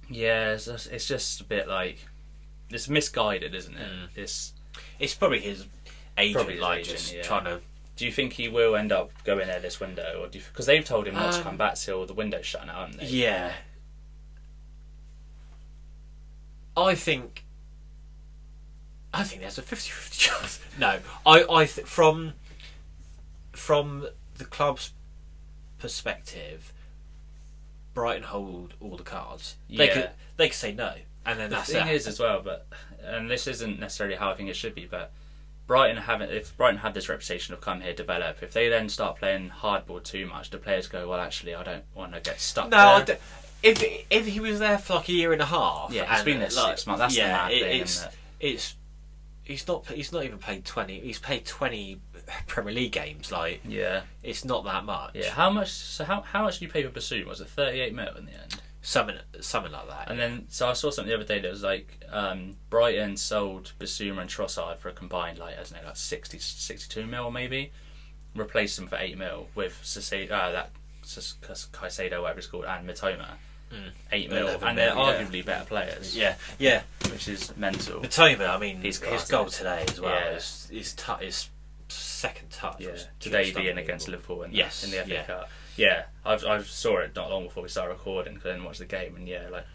Speaker 1: yeah, it's just, it's just a bit like it's misguided, isn't it?
Speaker 2: Mm.
Speaker 1: It's.
Speaker 2: It's probably his agent,
Speaker 1: Probably his
Speaker 2: like
Speaker 1: agent,
Speaker 2: just
Speaker 1: yeah.
Speaker 2: trying to.
Speaker 1: Do you think he will end up going there this window, or do because they've told him not to
Speaker 2: Um,
Speaker 1: come back till the window's shut now, haven't they?
Speaker 2: Yeah. I think. I think there's a 50-50 chance. No, I, I th- from from the club's perspective, Brighton hold all the cards. They
Speaker 1: Yeah.
Speaker 2: could they could say no, and then
Speaker 1: The
Speaker 2: that's
Speaker 1: thing
Speaker 2: it.
Speaker 1: is as well, but and this isn't necessarily how I think it should be, but Brighton haven't. If Brighton had this reputation of come here, develop. If they then start playing hardball too much, the players go, well, actually, I don't want to get stuck.
Speaker 2: No, I
Speaker 1: there.
Speaker 2: don't- if if he was there for like a year and a half,
Speaker 1: Yeah, he's
Speaker 2: and, uh,
Speaker 1: been there six months, that's the mad thing,
Speaker 2: It's,
Speaker 1: isn't it?
Speaker 2: it's he's not he's not even played twenty. He's played twenty Premier League games. Like
Speaker 1: Yeah,
Speaker 2: it's not that much.
Speaker 1: yeah. How much? So how how much did you pay for Basuma? Was it thirty-eight mil in the end?
Speaker 2: something something like that.
Speaker 1: And then, so I saw something the other day that was like um, Brighton sold Basuma and Trossard for a combined, like, I don't know, like 60, 62 mil maybe. Replaced them for 8 mil with Caicedo, uh, that Sis- Cas- Caicedo, whatever it's called, and Matoma. 8 mil.
Speaker 2: 11
Speaker 1: And they're
Speaker 2: mil, yeah.
Speaker 1: arguably better players,
Speaker 2: Mm. yeah, yeah.
Speaker 1: which is mental.
Speaker 2: Matoma, I mean,
Speaker 1: He's
Speaker 2: his
Speaker 1: class,
Speaker 2: goal
Speaker 1: isn't he?
Speaker 2: today as well
Speaker 1: Yeah.
Speaker 2: is is tou- is second touch.
Speaker 1: Yeah.
Speaker 2: was
Speaker 1: Today
Speaker 2: just
Speaker 1: being
Speaker 2: unbelievable.
Speaker 1: against Liverpool in,
Speaker 2: Yes,
Speaker 1: in the FA
Speaker 2: yeah.
Speaker 1: Cup. Yeah, I've, I saw it not long before we started recording because I didn't watch the game. And yeah, like,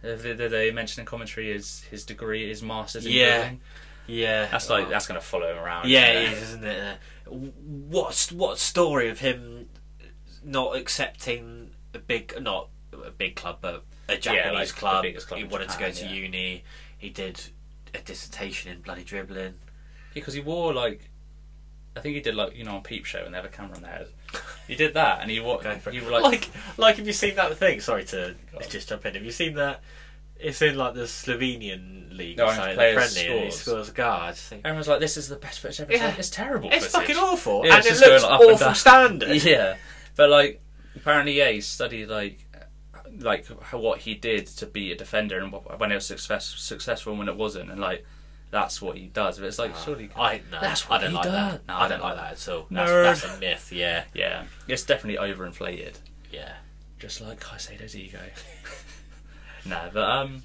Speaker 1: they, they- they mentioned in commentary his, his degree, his master's in
Speaker 2: Yeah.
Speaker 1: dribbling.
Speaker 2: Yeah,
Speaker 1: That's like that's gonna follow him around.
Speaker 2: Yeah,
Speaker 1: isn't
Speaker 2: it
Speaker 1: it?
Speaker 2: is, isn't it? Uh, What what story of him not accepting a big not a big club but a Japanese
Speaker 1: like the
Speaker 2: club.
Speaker 1: biggest club
Speaker 2: He
Speaker 1: in
Speaker 2: wanted to go to
Speaker 1: Japan, yeah.
Speaker 2: uni. He did a dissertation in bloody dribbling.
Speaker 1: because he wore like, I think he did like you know on Peep Show and they have a camera on their head. He did that and he wore he wore, like,
Speaker 2: like like have you seen that thing? Sorry to
Speaker 1: Go on.
Speaker 2: just jump in. Have you seen that? It's in like the Slovenian league,
Speaker 1: No,
Speaker 2: or
Speaker 1: and
Speaker 2: something, the
Speaker 1: players
Speaker 2: friendly, and he
Speaker 1: scores.
Speaker 2: scores a guard.
Speaker 1: everyone's like this is the best footage ever. It's
Speaker 2: Yeah.
Speaker 1: like, It's terrible.
Speaker 2: It's
Speaker 1: footage.
Speaker 2: fucking awful,
Speaker 1: Yeah,
Speaker 2: and
Speaker 1: it's
Speaker 2: it
Speaker 1: just going,
Speaker 2: looks
Speaker 1: like, up and
Speaker 2: awful
Speaker 1: down.
Speaker 2: standard.
Speaker 1: Yeah, but like apparently yeah he studied like like how- what he did to be a defender and wh- when it was success, successful and when it wasn't and like that's what he does. But it's like
Speaker 2: Ah.
Speaker 1: surely
Speaker 2: I no,
Speaker 1: That's
Speaker 2: I
Speaker 1: what
Speaker 2: don't
Speaker 1: he
Speaker 2: like
Speaker 1: done.
Speaker 2: that. No, I don't like that at all. That's,
Speaker 1: Nerd.
Speaker 2: that's a myth. Yeah,
Speaker 1: yeah, it's definitely overinflated.
Speaker 2: yeah.
Speaker 1: just like Caicedo's ego. nah, but um,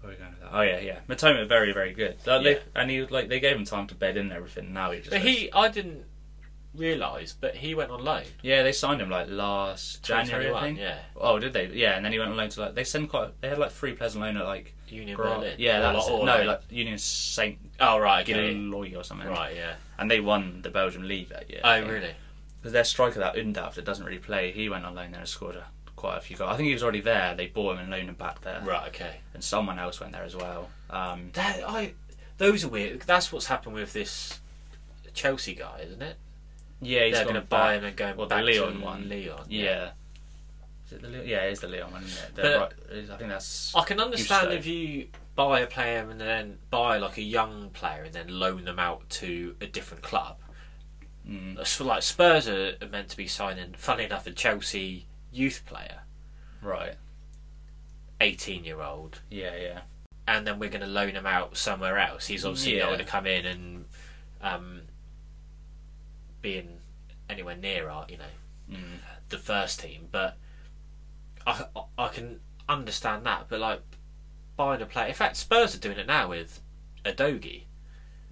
Speaker 1: where are we going with that? Oh yeah, yeah. Matoma very very good. Like,
Speaker 2: Yeah.
Speaker 1: they, and he like they gave him time to bed in and everything. Now he just
Speaker 2: But he, I didn't realise, but he went on loan.
Speaker 1: yeah they signed him like last January I
Speaker 2: 2021,
Speaker 1: think.
Speaker 2: yeah.
Speaker 1: Oh did they? Yeah, and then he went on loan to like they send quite they had like three players on loan at like
Speaker 2: Union
Speaker 1: Gra-
Speaker 2: Berlin.
Speaker 1: yeah
Speaker 2: Or
Speaker 1: that's
Speaker 2: like-
Speaker 1: it.
Speaker 2: or
Speaker 1: no
Speaker 2: like-
Speaker 1: like Union Saint
Speaker 2: Oh right, okay.
Speaker 1: Gilloy or something
Speaker 2: Right, yeah.
Speaker 1: and they won the Belgium league that year.
Speaker 2: Oh really?
Speaker 1: Because their striker, that Undav, that doesn't really play, he went on loan there and scored a, quite a few goals. I think he was already there. They bought him and loaned him back there.
Speaker 2: Right, okay.
Speaker 1: and someone else went there as well. Um,
Speaker 2: That I, those are weird. That's what's happened with this Chelsea guy, isn't it?
Speaker 1: yeah, he's
Speaker 2: They're
Speaker 1: going to
Speaker 2: buy him and go
Speaker 1: well,
Speaker 2: back
Speaker 1: the Leon
Speaker 2: to
Speaker 1: one.
Speaker 2: Leon.
Speaker 1: Yeah. Is it the Leon? Yeah, it is the Leon one, isn't it? The
Speaker 2: But-
Speaker 1: right, I think that's.
Speaker 2: I can understand
Speaker 1: Gusto.
Speaker 2: if you buy a player and then buy like a young player and then loan them out to a different club.
Speaker 1: Mm.
Speaker 2: So, Like Spurs are are meant to be signing, funnily enough, a Chelsea youth player,
Speaker 1: Right.
Speaker 2: eighteen year old,
Speaker 1: Yeah, yeah.
Speaker 2: and then we're going to loan him out somewhere else. He's obviously not
Speaker 1: Yeah.
Speaker 2: going to come in and um, being anywhere near our, you know,
Speaker 1: Mm.
Speaker 2: the first team. But I, I- I can understand that. But like buying a player, in fact, Spurs are doing it now with Adogi.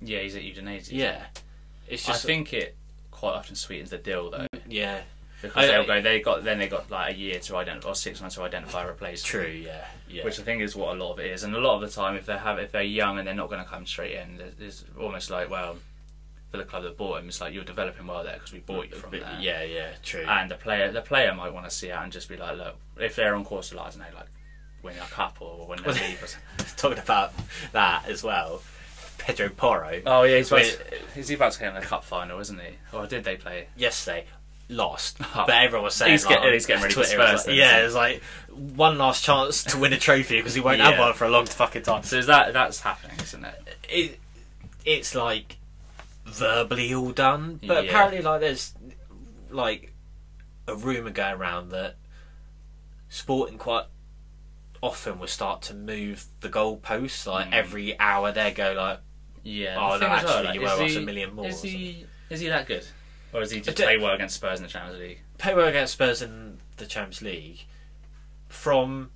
Speaker 1: Yeah, he's at Udinese.
Speaker 2: Yeah, it's
Speaker 1: I
Speaker 2: just
Speaker 1: think it quite often sweetens the deal though,
Speaker 2: yeah,
Speaker 1: because
Speaker 2: I-
Speaker 1: they'll go. They got then they got like a year to identify or six months to identify a replacement.
Speaker 2: true. Yeah, yeah.
Speaker 1: Which I think is what a lot of it is, and a lot of the time, if they have, if they're young and they're not going to come straight in, it's- it's almost like, well, for the club that bought him, it's like you're developing well there because we bought you from
Speaker 2: But-
Speaker 1: there.
Speaker 2: yeah, yeah, true.
Speaker 1: and the player the player might want to see out and just be like, look, if they're on course to like, I don't know, like win a cup or win the
Speaker 2: Well,
Speaker 1: league or something.
Speaker 2: Talking about that as well, Pedro Porro.
Speaker 1: Oh yeah, he's
Speaker 2: about
Speaker 1: about to, he's about to get in the cup final, isn't he? Or Oh, did they play?
Speaker 2: yesterday. lost, but everyone was saying
Speaker 1: He's
Speaker 2: like,
Speaker 1: getting-
Speaker 2: on
Speaker 1: he's getting ready for
Speaker 2: Twitter, it was
Speaker 1: Spurs
Speaker 2: like,
Speaker 1: then,
Speaker 2: yeah,
Speaker 1: so-
Speaker 2: it's like one last chance to win a trophy because he won't have
Speaker 1: Yeah.
Speaker 2: one for a long fucking time.
Speaker 1: So is that that's happening, isn't it?
Speaker 2: it, it's like verbally all done, but
Speaker 1: Yeah.
Speaker 2: apparently, like there's like a rumor going around that Sporting quite often will start to move the goalposts. Like
Speaker 1: Mm.
Speaker 2: every hour, they go like,
Speaker 1: Yeah.
Speaker 2: Oh,
Speaker 1: the
Speaker 2: no,
Speaker 1: thing as
Speaker 2: actually, you
Speaker 1: is
Speaker 2: owe us
Speaker 1: he-
Speaker 2: a million more or
Speaker 1: Is he is he that good, or is he just
Speaker 2: don't-
Speaker 1: play well against Spurs in the Champions League?
Speaker 2: "Play well against Spurs in the Champions League." From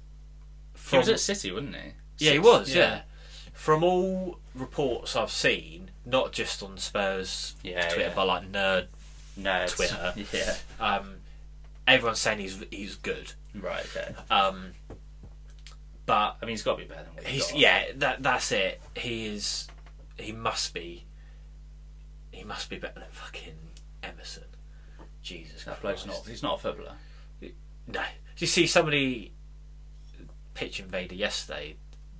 Speaker 1: He
Speaker 2: from
Speaker 1: was at City, wasn't he?
Speaker 2: Yeah, he
Speaker 1: Six-
Speaker 2: was. Yeah. From all reports I've seen, not just on Spurs
Speaker 1: Yeah,
Speaker 2: Twitter,
Speaker 1: yeah.
Speaker 2: but like nerd,
Speaker 1: No, it's-
Speaker 2: Twitter.
Speaker 1: Yeah.
Speaker 2: um, everyone's saying he's he's good.
Speaker 1: Right. Okay.
Speaker 2: Um, but
Speaker 1: I mean, he's got to be better than what
Speaker 2: he's
Speaker 1: got.
Speaker 2: yeah, that that's it. He is. He must be. He must be better than fucking Emerson. Jesus
Speaker 1: That bloke's
Speaker 2: Christ!
Speaker 1: not. He's not a footballer.
Speaker 2: No. Did you see somebody pitch invader yesterday,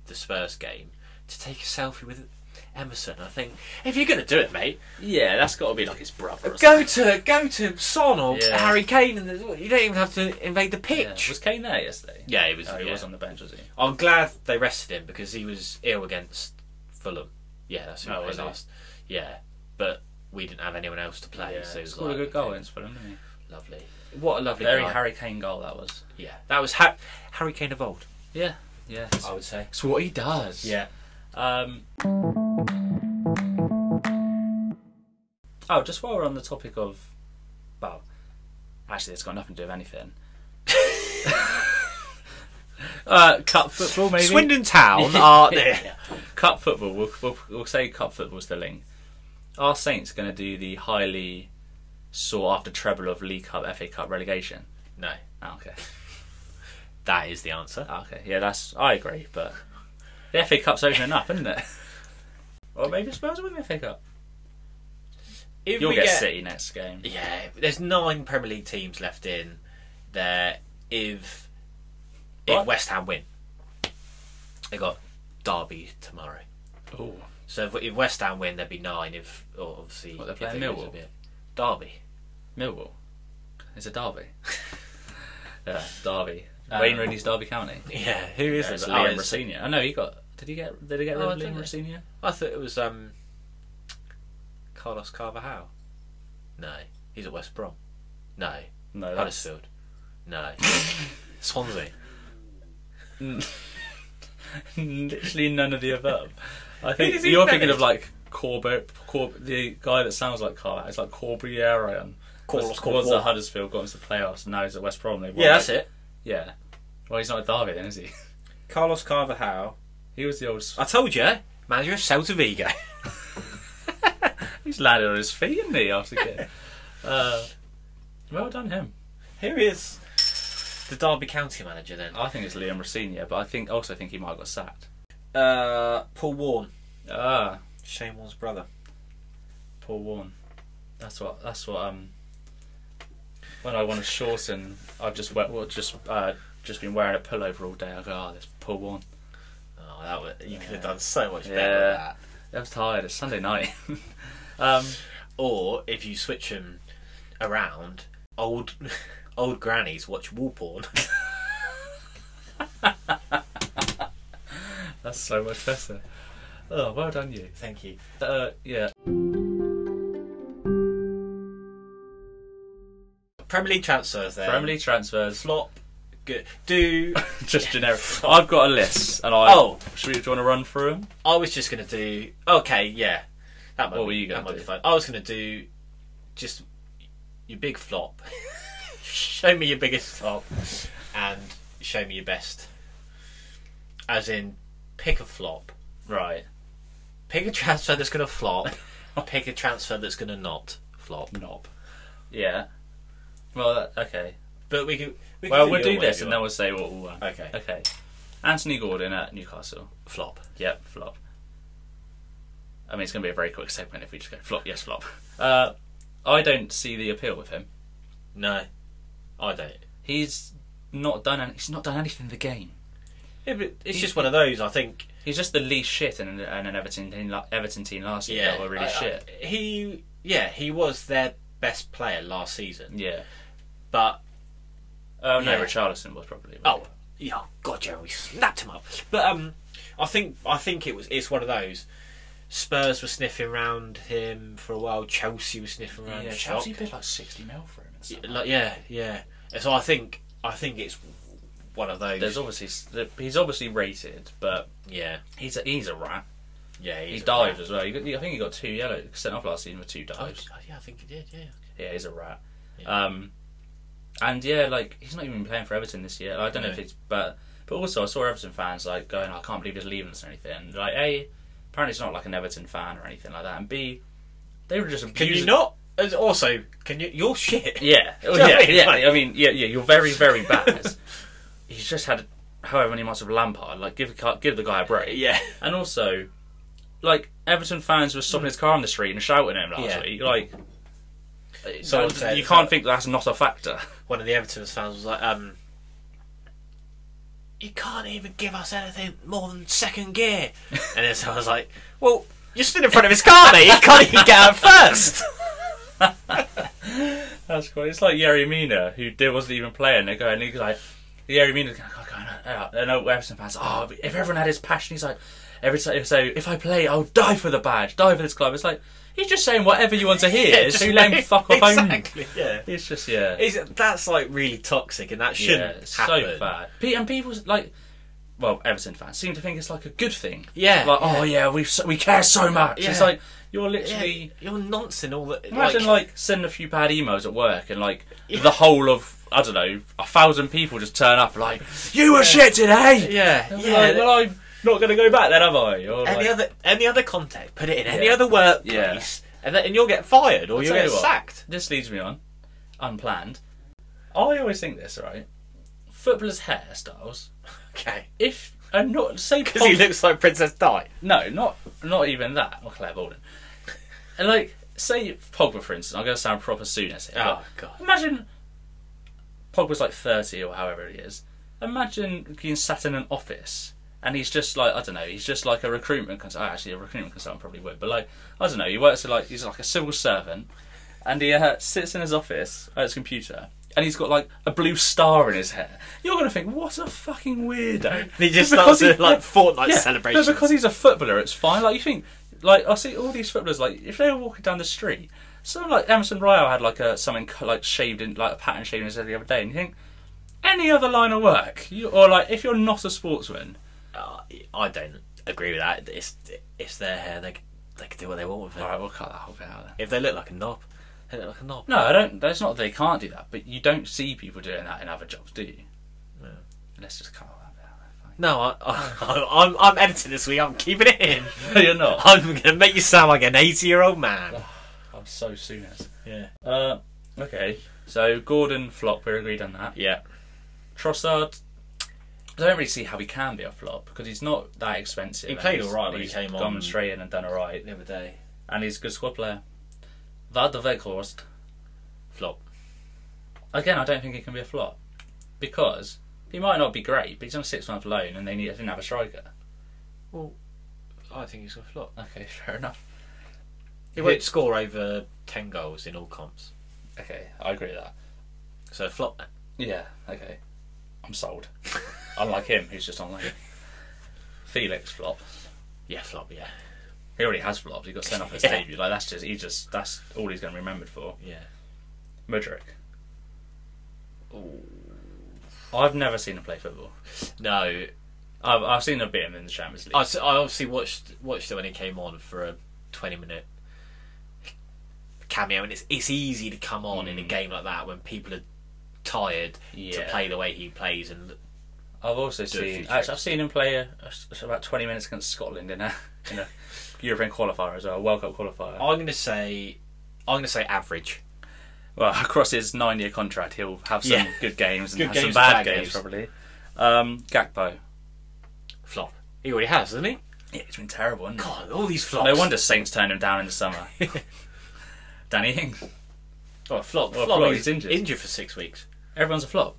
Speaker 2: the Spurs game, to take a selfie with Emerson? I think if you're gonna do it, mate,
Speaker 1: Yeah, that's got to be like his brother. Or
Speaker 2: go to go to Son or
Speaker 1: Yeah.
Speaker 2: Harry Kane, and you don't even have to invade the
Speaker 1: Yeah.
Speaker 2: pitch.
Speaker 1: Was Kane there yesterday?
Speaker 2: Yeah, it was.
Speaker 1: Oh, he
Speaker 2: yeah.
Speaker 1: was on the bench, was he?
Speaker 2: I'm glad they rested him because he was ill against Fulham. Yeah, that's who
Speaker 1: Oh,
Speaker 2: we
Speaker 1: was
Speaker 2: played
Speaker 1: he?
Speaker 2: last. Yeah, but we didn't have anyone else to play, so it was
Speaker 1: scored
Speaker 2: like,
Speaker 1: a good goal against Fulham, didn't he?
Speaker 2: Lovely. What a lovely
Speaker 1: Very
Speaker 2: guy.
Speaker 1: Harry Kane goal that was.
Speaker 2: yeah, that was ha- Harry Kane of old.
Speaker 1: Yeah. Yeah.
Speaker 2: I would say.
Speaker 1: It's what he does.
Speaker 2: Yeah.
Speaker 1: Um, oh, just while we're on the topic of, well, actually, it's got nothing to do with anything. uh, cup football, maybe.
Speaker 2: Swindon Town are
Speaker 1: Yeah. Cup football. We'll, we'll, we'll say cup football's the link. Our Saints going to do the highly sought after treble of League Cup, FA Cup relegation.
Speaker 2: No,
Speaker 1: Oh, okay.
Speaker 2: that is the answer.
Speaker 1: Oh, okay. Yeah, that's. I agree, but the FA Cup's opening up, isn't it? Or maybe Spurs will win the FA Cup.
Speaker 2: If
Speaker 1: You'll
Speaker 2: we
Speaker 1: get, City next game.
Speaker 2: Yeah, there's nine Premier League teams left in there. If if
Speaker 1: What?
Speaker 2: West Ham win, they got Derby tomorrow.
Speaker 1: Oh,
Speaker 2: So if, if West Ham win, there'd be nine. If or obviously,
Speaker 1: What, they're
Speaker 2: if
Speaker 1: playing
Speaker 2: they lose,
Speaker 1: Millwall?
Speaker 2: it'd be it. Derby.
Speaker 1: Millwall. It's a derby. yeah, derby. Wayne Rooney's Derby County.
Speaker 2: Yeah, Uh, who is
Speaker 1: Yeah,
Speaker 2: it?
Speaker 1: it's
Speaker 2: Oh,
Speaker 1: Liam
Speaker 2: it's-
Speaker 1: Rossignol. I know he got. Did he get? Did he get rid
Speaker 2: Oh,
Speaker 1: of
Speaker 2: didn't
Speaker 1: Liam
Speaker 2: he?
Speaker 1: Rossignol?
Speaker 2: I thought it was um, Carlos Carvajal. No, he's at West Brom. No,
Speaker 1: No, that's
Speaker 2: Huddersfield. No, Swansea.
Speaker 1: literally none of the above. I
Speaker 2: does
Speaker 1: think
Speaker 2: he
Speaker 1: you're thinking
Speaker 2: manage?
Speaker 1: of like Corbett, Corb the guy that sounds like Carl. It's like Corbierian.
Speaker 2: Carlos
Speaker 1: was
Speaker 2: Corbett.
Speaker 1: at Huddersfield, got into the playoffs, and now he's at West Brom. They won,
Speaker 2: Yeah, that's
Speaker 1: like-
Speaker 2: it.
Speaker 1: Yeah. Well, he's not at Derby then, is he?
Speaker 2: Carlos Carvajal.
Speaker 1: He was the old. s-
Speaker 2: I told you, manager of Celta Vigo.
Speaker 1: He's landed on his feet, isn't he? After getting. uh, well done him.
Speaker 2: Who is the Derby County manager then?
Speaker 1: I think it's Liam Rossignol, but I think also think he might have got sacked.
Speaker 2: Uh, Paul Warren,
Speaker 1: Ah,
Speaker 2: Shane Warren's brother.
Speaker 1: Paul Warren. That's what. That's what. Um. When I want to shorten, I've just wear, well, just uh, just been wearing a pullover all day. I go, ah, oh, this Paul Warren.
Speaker 2: Oh, that was, you could
Speaker 1: Yeah.
Speaker 2: have done so much better
Speaker 1: Yeah.
Speaker 2: with that.
Speaker 1: I was tired. It's Sunday night. um.
Speaker 2: Or if you switch them around, old old grannies watch war porn.
Speaker 1: That's so much better. Oh, well done you.
Speaker 2: Thank you.
Speaker 1: Uh, yeah.
Speaker 2: Premier League transfers then.
Speaker 1: Premier League transfers.
Speaker 2: flop. Good. Do
Speaker 1: just generic. I've got a list, and I.
Speaker 2: Oh.
Speaker 1: should we do you want to run through them?
Speaker 2: I was just gonna do okay, yeah. That might
Speaker 1: What
Speaker 2: be,
Speaker 1: were you
Speaker 2: that
Speaker 1: gonna
Speaker 2: might be
Speaker 1: do?
Speaker 2: fun. I was gonna do just your big flop. show me your biggest flop and show me your best. As in pick a flop.
Speaker 1: Right.
Speaker 2: Pick a transfer that's gonna flop. pick a transfer that's gonna not flop.
Speaker 1: Knob. Yeah. Well, that- okay.
Speaker 2: But we can we can
Speaker 1: Well, we'll
Speaker 2: your
Speaker 1: do
Speaker 2: way
Speaker 1: this,
Speaker 2: if you
Speaker 1: and then
Speaker 2: want.
Speaker 1: we'll say what we'll want.
Speaker 2: Okay.
Speaker 1: Okay. Anthony Gordon at Newcastle.
Speaker 2: Flop.
Speaker 1: Yep, flop. I mean, it's going to be a very quick segment if we just go flop, yes, flop. Uh, I don't see the appeal with him.
Speaker 2: No. I don't.
Speaker 1: He's not done. Any, he's not done anything in the game.
Speaker 2: Yeah, but it's just one of those, I think
Speaker 1: He's just the least shit in an, in an Everton team. la- Everton team last year that were really
Speaker 2: I- I-
Speaker 1: shit.
Speaker 2: he, yeah, he was their best player last season,
Speaker 1: Yeah.
Speaker 2: but
Speaker 1: Oh no,
Speaker 2: Yeah.
Speaker 1: Richarlison was probably.
Speaker 2: oh yeah, God, yeah, we snapped him up. But um, I think I think it was it's one of those. Spurs were sniffing round him for a while. Chelsea were sniffing around.
Speaker 1: yeah,
Speaker 2: the
Speaker 1: Chelsea
Speaker 2: shop.
Speaker 1: bid like sixty mil for him. And stuff.
Speaker 2: Like, yeah, yeah. So I think I think it's one of those.
Speaker 1: There's obviously he's obviously rated, but
Speaker 2: yeah,
Speaker 1: he's a, he's a rat.
Speaker 2: yeah.
Speaker 1: He's
Speaker 2: a
Speaker 1: dived
Speaker 2: rat.
Speaker 1: as well. He got, I think he got two yellow sent off last season with two
Speaker 2: Oh,
Speaker 1: dives.
Speaker 2: yeah, I think he did. Yeah.
Speaker 1: Yeah, he's a rat.
Speaker 2: Yeah.
Speaker 1: Um, and yeah, like he's not even playing for Everton this year. I don't know if
Speaker 2: No.
Speaker 1: it's but but also I saw Everton fans like going, I can't believe he's leaving us or anything. And, like a, apparently it's not like an Everton fan or anything like that. And b, they were just
Speaker 2: Can
Speaker 1: abusing.
Speaker 2: you not? and Also, can you? You're shit.
Speaker 1: Yeah, oh,
Speaker 2: Do you
Speaker 1: yeah,
Speaker 2: know what I mean?
Speaker 1: yeah.
Speaker 2: Like-
Speaker 1: I mean, yeah, yeah. You're very, very bad. He's just had however many months of Lampard. Like, give the guy- give the guy a break.
Speaker 2: Yeah.
Speaker 1: And also, like Everton fans were stopping his car on the street and shouting at him last
Speaker 2: Yeah.
Speaker 1: week. Like,
Speaker 2: Someone
Speaker 1: that-
Speaker 2: said
Speaker 1: you can't
Speaker 2: that-
Speaker 1: think that's not a factor.
Speaker 2: One of the Everton fans was like, um, "You can't even give us anything more than second gear." and then so I was like, "Well, you're stood in front of his car, mate. You can't even get out first.
Speaker 1: That's cool. It's like Yerry Mina, who did, wasn't even playing. They're going, he's like, Yerry Mina's going, oh, God, no, out. And all Everton fans, oh, if everyone had his passion, he's like, every time, so if I play, I'll die for the badge, die for this club. It's like, he's just saying whatever you want to hear,
Speaker 2: Yeah,
Speaker 1: so
Speaker 2: just
Speaker 1: you let him
Speaker 2: like-
Speaker 1: fuck off
Speaker 2: exactly.
Speaker 1: home.
Speaker 2: Yeah.
Speaker 1: It's just, yeah.
Speaker 2: Is that's like really toxic, and that
Speaker 1: yeah,
Speaker 2: shouldn't
Speaker 1: it's
Speaker 2: happen.
Speaker 1: so bad. Pe- And people, like, well, Everton fans seem to think it's like a good thing.
Speaker 2: Yeah,
Speaker 1: Like,
Speaker 2: yeah.
Speaker 1: oh, yeah, we we care so much. It's
Speaker 2: Yeah.
Speaker 1: like, you're
Speaker 2: Yeah,
Speaker 1: literally.
Speaker 2: you're nonsense. All that.
Speaker 1: Imagine like, sending a few bad emails at work and like the whole of I don't know a thousand people just turn up like you were shit today.
Speaker 2: yeah,
Speaker 1: And
Speaker 2: yeah.
Speaker 1: we're like, well, I'm not going to go back then, am I? Or,
Speaker 2: any
Speaker 1: like,
Speaker 2: other any other contact, put it in any
Speaker 1: Yeah.
Speaker 2: other workplace, and then, and you'll get fired or
Speaker 1: I'll
Speaker 2: you'll
Speaker 1: tell
Speaker 2: get
Speaker 1: you what.
Speaker 2: sacked.
Speaker 1: This leads me on unplanned. I always think this right. Footballers' hairstyles,
Speaker 2: Okay,
Speaker 1: if and not say
Speaker 2: because he
Speaker 1: Pogba-
Speaker 2: looks like Princess Di.
Speaker 1: No, not not even that. Or Claire Baldwin. And like, say Pogba for instance. I'm going to sound proper soon as it.
Speaker 2: Oh god,
Speaker 1: Imagine Pogba's like 30 or however he is. Imagine being sat in an office and he's just like, I don't know, he's just like a recruitment consultant. Actually, a recruitment consultant probably would, but like, I don't know, he works at like, he's like a civil servant and he uh, sits in his office at his computer and he's got like a blue star in his hair. You're going to think, what a fucking weirdo.
Speaker 2: he just
Speaker 1: Because
Speaker 2: starts doing, like Fortnite
Speaker 1: yeah,
Speaker 2: celebrations.
Speaker 1: No, because he's a footballer, it's fine. Like you think, like I see all these footballers, like if they were walking down the street, someone like Emerson Royal had like a something co- like shaved in like a pattern shaved in his head the other day, and you think any other line of work, you, or like if you're not a sportsman,
Speaker 2: Uh, I don't agree with that. It's it's their hair. They c- they can do what they want with it.
Speaker 1: all right, we'll cut that whole bit out then.
Speaker 2: If they look like a knob, they look like a knob.
Speaker 1: No, I don't. That's not that they can't do that, but you don't see people doing that in other jobs, do you?
Speaker 2: No.
Speaker 1: Let's just cut all that bit out. then, fine.
Speaker 2: No, I, I, I'm I'm editing this week. I'm keeping it in.
Speaker 1: No, you're not.
Speaker 2: I'm gonna make you sound like an 80 year old man.
Speaker 1: I'm so soon as.
Speaker 2: Yeah.
Speaker 1: Uh, okay. So Gordon flop. We're agreed on that.
Speaker 2: Yeah.
Speaker 1: Trossard, I don't really see how he can be a flop because he's not that expensive.
Speaker 2: He
Speaker 1: and
Speaker 2: played
Speaker 1: he's-
Speaker 2: alright when he
Speaker 1: he's
Speaker 2: came
Speaker 1: gone
Speaker 2: on.
Speaker 1: straight in and done alright,
Speaker 2: The other day,
Speaker 1: and he's a good squad player. That the Weghorst,
Speaker 2: flop.
Speaker 1: again, I don't think he can be a flop because he might not be great, but he's on a six month loan and they need they didn't have a striker.
Speaker 2: Well, Oh, I think he's gonna flop.
Speaker 1: Okay, fair enough.
Speaker 2: He won't score over 10 goals in all comps.
Speaker 1: Okay, I agree with that.
Speaker 2: So flop then.
Speaker 1: Yeah, okay, I'm sold. Unlike him, who's just on loan. Felix flop.
Speaker 2: Yeah, flop, yeah.
Speaker 1: He already has flopped. He got sent off his
Speaker 2: Yeah.
Speaker 1: debut. Like that's just he just that's all he's going to be remembered for.
Speaker 2: Yeah.
Speaker 1: Mudrick. I've never seen him play football.
Speaker 2: No,
Speaker 1: I've, I've seen a bit of him in the Champions League.
Speaker 2: I, s- I obviously watched watched it when it came on for a 20 minute cameo, and it's, it's easy to come on in a game like that when people are tired to
Speaker 1: Mm. Yeah.
Speaker 2: play the way he plays. And
Speaker 1: I've also
Speaker 2: Do a few
Speaker 1: seen
Speaker 2: tricks.
Speaker 1: actually, I've seen him play a, a s- about twenty minutes against Scotland in a in a European qualifier as well, a World Cup qualifier.
Speaker 2: I'm going to say. I'm going to say average.
Speaker 1: Well, across his nine-year contract, he'll have some
Speaker 2: Yeah.
Speaker 1: good games and
Speaker 2: Good
Speaker 1: have
Speaker 2: games
Speaker 1: some bad
Speaker 2: and bad
Speaker 1: games,
Speaker 2: games.
Speaker 1: probably. Um, Gakpo.
Speaker 2: Flop. He already has, hasn't he?
Speaker 1: Yeah, it's been terrible. hasn't it?
Speaker 2: God, all these flops.
Speaker 1: No wonder Saints turned him down in the summer. Danny Ings.
Speaker 2: Oh, flop.
Speaker 1: Well,
Speaker 2: flop.
Speaker 1: flop,
Speaker 2: He's,
Speaker 1: he's injured.
Speaker 2: injured for six weeks.
Speaker 1: Everyone's a flop,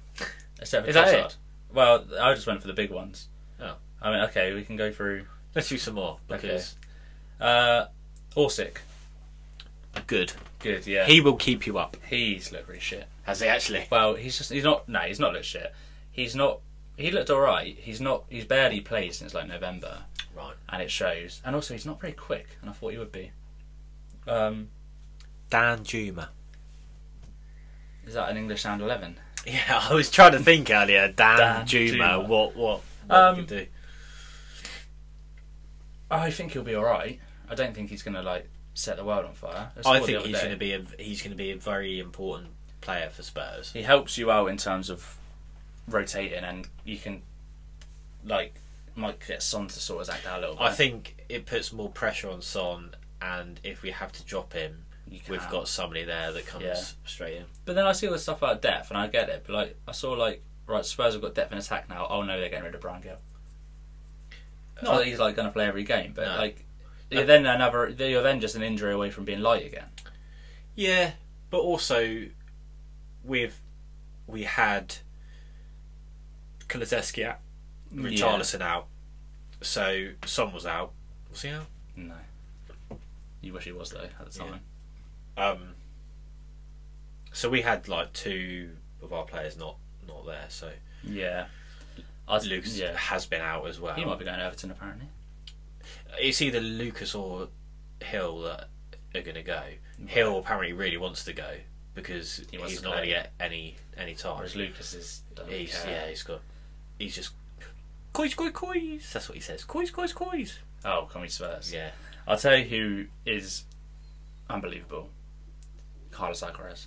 Speaker 1: except for
Speaker 2: Is that
Speaker 1: Trossard.
Speaker 2: it?
Speaker 1: Well, I just went for the big ones.
Speaker 2: Oh.
Speaker 1: I mean, okay, we can go through.
Speaker 2: Let's do some more because
Speaker 1: Uh, Orsic.
Speaker 2: good.
Speaker 1: Good, yeah.
Speaker 2: He will keep you up.
Speaker 1: he's looked really shit.
Speaker 2: Has he actually?
Speaker 1: Well, he's just he's not. No, he's not looked shit. He's not. He looked all right. He's not. He's barely played since like November,
Speaker 2: Right.
Speaker 1: and it shows. And also, he's not very quick, and I thought he would be. Um,
Speaker 2: Dan Juma.
Speaker 1: is that an English sound eleven?
Speaker 2: Yeah, I was trying to think earlier. Dan,
Speaker 1: Dan
Speaker 2: Juma.
Speaker 1: Juma.
Speaker 2: What? What? what
Speaker 1: Um,
Speaker 2: we could do.
Speaker 1: I think he'll be all right. I don't think he's gonna like set the world on fire. I
Speaker 2: I
Speaker 1: saw the
Speaker 2: think
Speaker 1: other
Speaker 2: he's
Speaker 1: day.
Speaker 2: going to be a he's going to be a very important player for Spurs.
Speaker 1: He helps you out in terms of rotating, and you can like might get Son to sort his act out a little bit.
Speaker 2: I think it puts more pressure on Son, and if we have to drop him,
Speaker 1: You
Speaker 2: we've
Speaker 1: can't.
Speaker 2: got somebody there that comes
Speaker 1: Yeah.
Speaker 2: straight in.
Speaker 1: But then I see all this stuff about depth, and I get it. But like, I saw like, right, Spurs have got depth in attack now. Oh no, they're getting rid of Brian Gill. Not that he's like going to play every game, but
Speaker 2: No.
Speaker 1: like, you're then another, you're then just an injury away from being light again.
Speaker 2: Yeah, but also we've we had Kulusevski out, Richarlison out, so Son was out. Was he out?
Speaker 1: No, you wish he was though at the
Speaker 2: Yeah.
Speaker 1: time.
Speaker 2: Um, so we had like two of our players not not there. So
Speaker 1: Yeah, I was,
Speaker 2: Lucas
Speaker 1: Yeah,
Speaker 2: has been out as well.
Speaker 1: he might be going to Everton apparently.
Speaker 2: it's either Lucas or Hill that are going to go. Hill apparently really wants to go because
Speaker 1: He wants
Speaker 2: he's
Speaker 1: to
Speaker 2: not going to
Speaker 1: play.
Speaker 2: get any any time.
Speaker 1: Whereas Lucas is. don't
Speaker 2: He's
Speaker 1: care.
Speaker 2: yeah, he's got he's just coys coys coys. That's what he says. Coys coys coys.
Speaker 1: Oh, can we Spurs?
Speaker 2: Yeah.
Speaker 1: I'll tell you who is unbelievable. Carlos Alcaraz,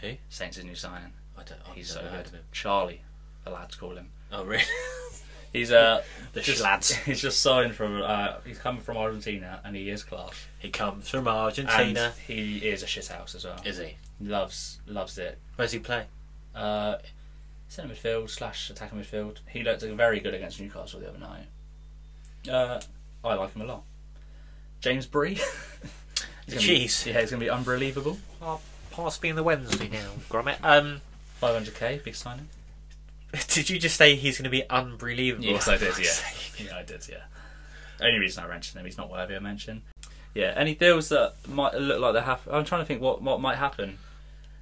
Speaker 2: Who?
Speaker 1: Saints' new signing.
Speaker 2: I don't. I've
Speaker 1: He's
Speaker 2: He's
Speaker 1: so
Speaker 2: never heard
Speaker 1: good.
Speaker 2: of him.
Speaker 1: Charlie, the lads call him.
Speaker 2: Oh really?
Speaker 1: He's uh
Speaker 2: The
Speaker 1: just,
Speaker 2: schlads.
Speaker 1: He's just signed from uh he's coming from Argentina and he is class.
Speaker 2: he comes from
Speaker 1: And
Speaker 2: Argentina.
Speaker 1: he is a shit house as well.
Speaker 2: Is he?
Speaker 1: Loves loves it.
Speaker 2: Where's he play?
Speaker 1: Uh centre midfield slash attacking midfield. He looked very good against Newcastle the other night. Uh I like him a lot. James Bree.
Speaker 2: The cheese.
Speaker 1: yeah, it's gonna be unbelievable.
Speaker 2: Oh, pass me in the Wednesday now, Gromit. Um,
Speaker 1: Five hundred K, big signing.
Speaker 2: did you just say he's going to be unbelievable?
Speaker 1: yeah, I did. Yeah. Only reason I mentioned him, he's not worthy of mention. Yeah. Any deals that might look like they have? I'm trying to think what what might happen.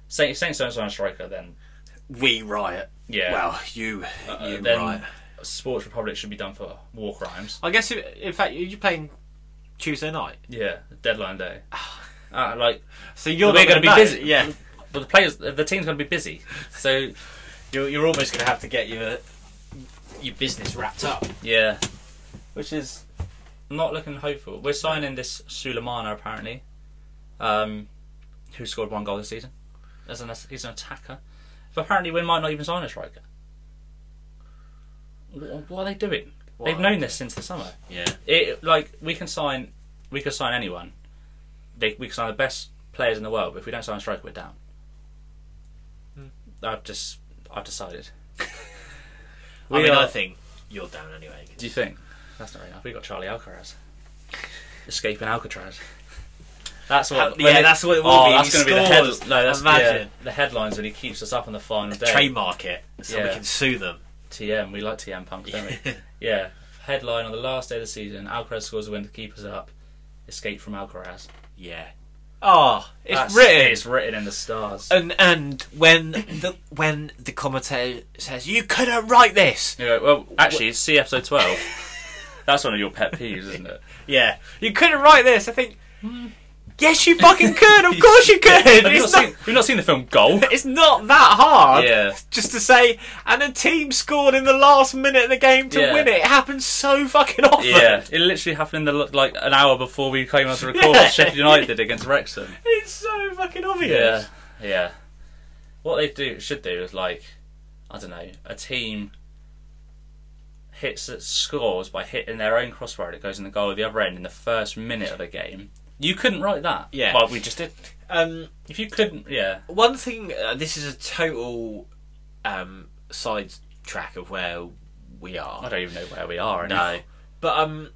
Speaker 1: Saint if Saints don't sign a striker, then
Speaker 2: We riot.
Speaker 1: yeah.
Speaker 2: Well, you,
Speaker 1: uh,
Speaker 2: you
Speaker 1: then
Speaker 2: riot.
Speaker 1: Sports Republic should be done for war crimes.
Speaker 2: I guess, i- in fact, you're playing Tuesday night,
Speaker 1: Yeah. Deadline day.
Speaker 2: Ah.
Speaker 1: Uh, like,
Speaker 2: so you're
Speaker 1: We're gonna
Speaker 2: not going to
Speaker 1: be
Speaker 2: know.
Speaker 1: busy.
Speaker 2: Yeah,
Speaker 1: but the players, the team's going to be busy. So
Speaker 2: you're, you're almost going to have to get your your business wrapped up.
Speaker 1: yeah, which is not looking hopeful. We're signing this Sulemana apparently, um, who scored one goal this season. As an he's an attacker, but apparently we might not even sign a striker. What, what are they doing?
Speaker 2: What
Speaker 1: They've
Speaker 2: are
Speaker 1: known this since the summer.
Speaker 2: Yeah,
Speaker 1: It like we can sign, we could sign anyone. They, we can sign the best players in the world, but if we don't sign a striker, we're down.
Speaker 2: Hmm.
Speaker 1: I've just I've decided.
Speaker 2: I
Speaker 1: We
Speaker 2: mean, I
Speaker 1: are-
Speaker 2: think you're down anyway.
Speaker 1: do you think? That's not right enough. We got Charlie Alcaraz escaping Alcatraz. That's
Speaker 2: Uh,
Speaker 1: what.
Speaker 2: yeah,
Speaker 1: when
Speaker 2: that's what it will
Speaker 1: oh,
Speaker 2: be.
Speaker 1: That's
Speaker 2: He
Speaker 1: going to be the
Speaker 2: scores.
Speaker 1: head, No, that's
Speaker 2: Imagine.
Speaker 1: yeah, the headlines when he keeps us up on the final day.
Speaker 2: Trademark it, so we
Speaker 1: Yeah.
Speaker 2: can sue them.
Speaker 1: TM. We like TM punks, don't we? Yeah. Headline on the last day of the season: Alcaraz scores a win to keep us up. Escape from Alcaraz.
Speaker 2: yeah. Oh, it's
Speaker 1: That's-
Speaker 2: written.
Speaker 1: It's written Oh. in the stars.
Speaker 2: and and when the when the commentator says you couldn't write this,
Speaker 1: You go, well, actually, it's see episode twelve. that's one of your pet peeves, isn't it?
Speaker 2: yeah, you couldn't write this. I think, yes, you fucking could. Of course you could.
Speaker 1: Have you
Speaker 2: It's
Speaker 1: not
Speaker 2: not,
Speaker 1: seen, you've not seen the film Goal.
Speaker 2: it's not that hard.
Speaker 1: Yeah.
Speaker 2: Just to say, and a team scored in the last minute of the game to
Speaker 1: Yeah.
Speaker 2: win it. It happens so fucking often.
Speaker 1: Yeah, it literally happened in the, like an hour before we came on to record.
Speaker 2: Yeah.
Speaker 1: Sheffield United did against Wrexham.
Speaker 2: It's so fucking
Speaker 1: Yeah,
Speaker 2: obvious.
Speaker 1: yeah. What they do should do is like, I don't know, a team hits it scores by hitting their own crossbar and it goes in the goal at the other end in the first minute of a game. You couldn't write that.
Speaker 2: Yeah.
Speaker 1: Well, we just did.
Speaker 2: Um,
Speaker 1: If you couldn't, yeah,
Speaker 2: one thing. Uh, this is a total um, side track of where we are.
Speaker 1: I don't even know where we are.
Speaker 2: No,
Speaker 1: anymore.
Speaker 2: but um,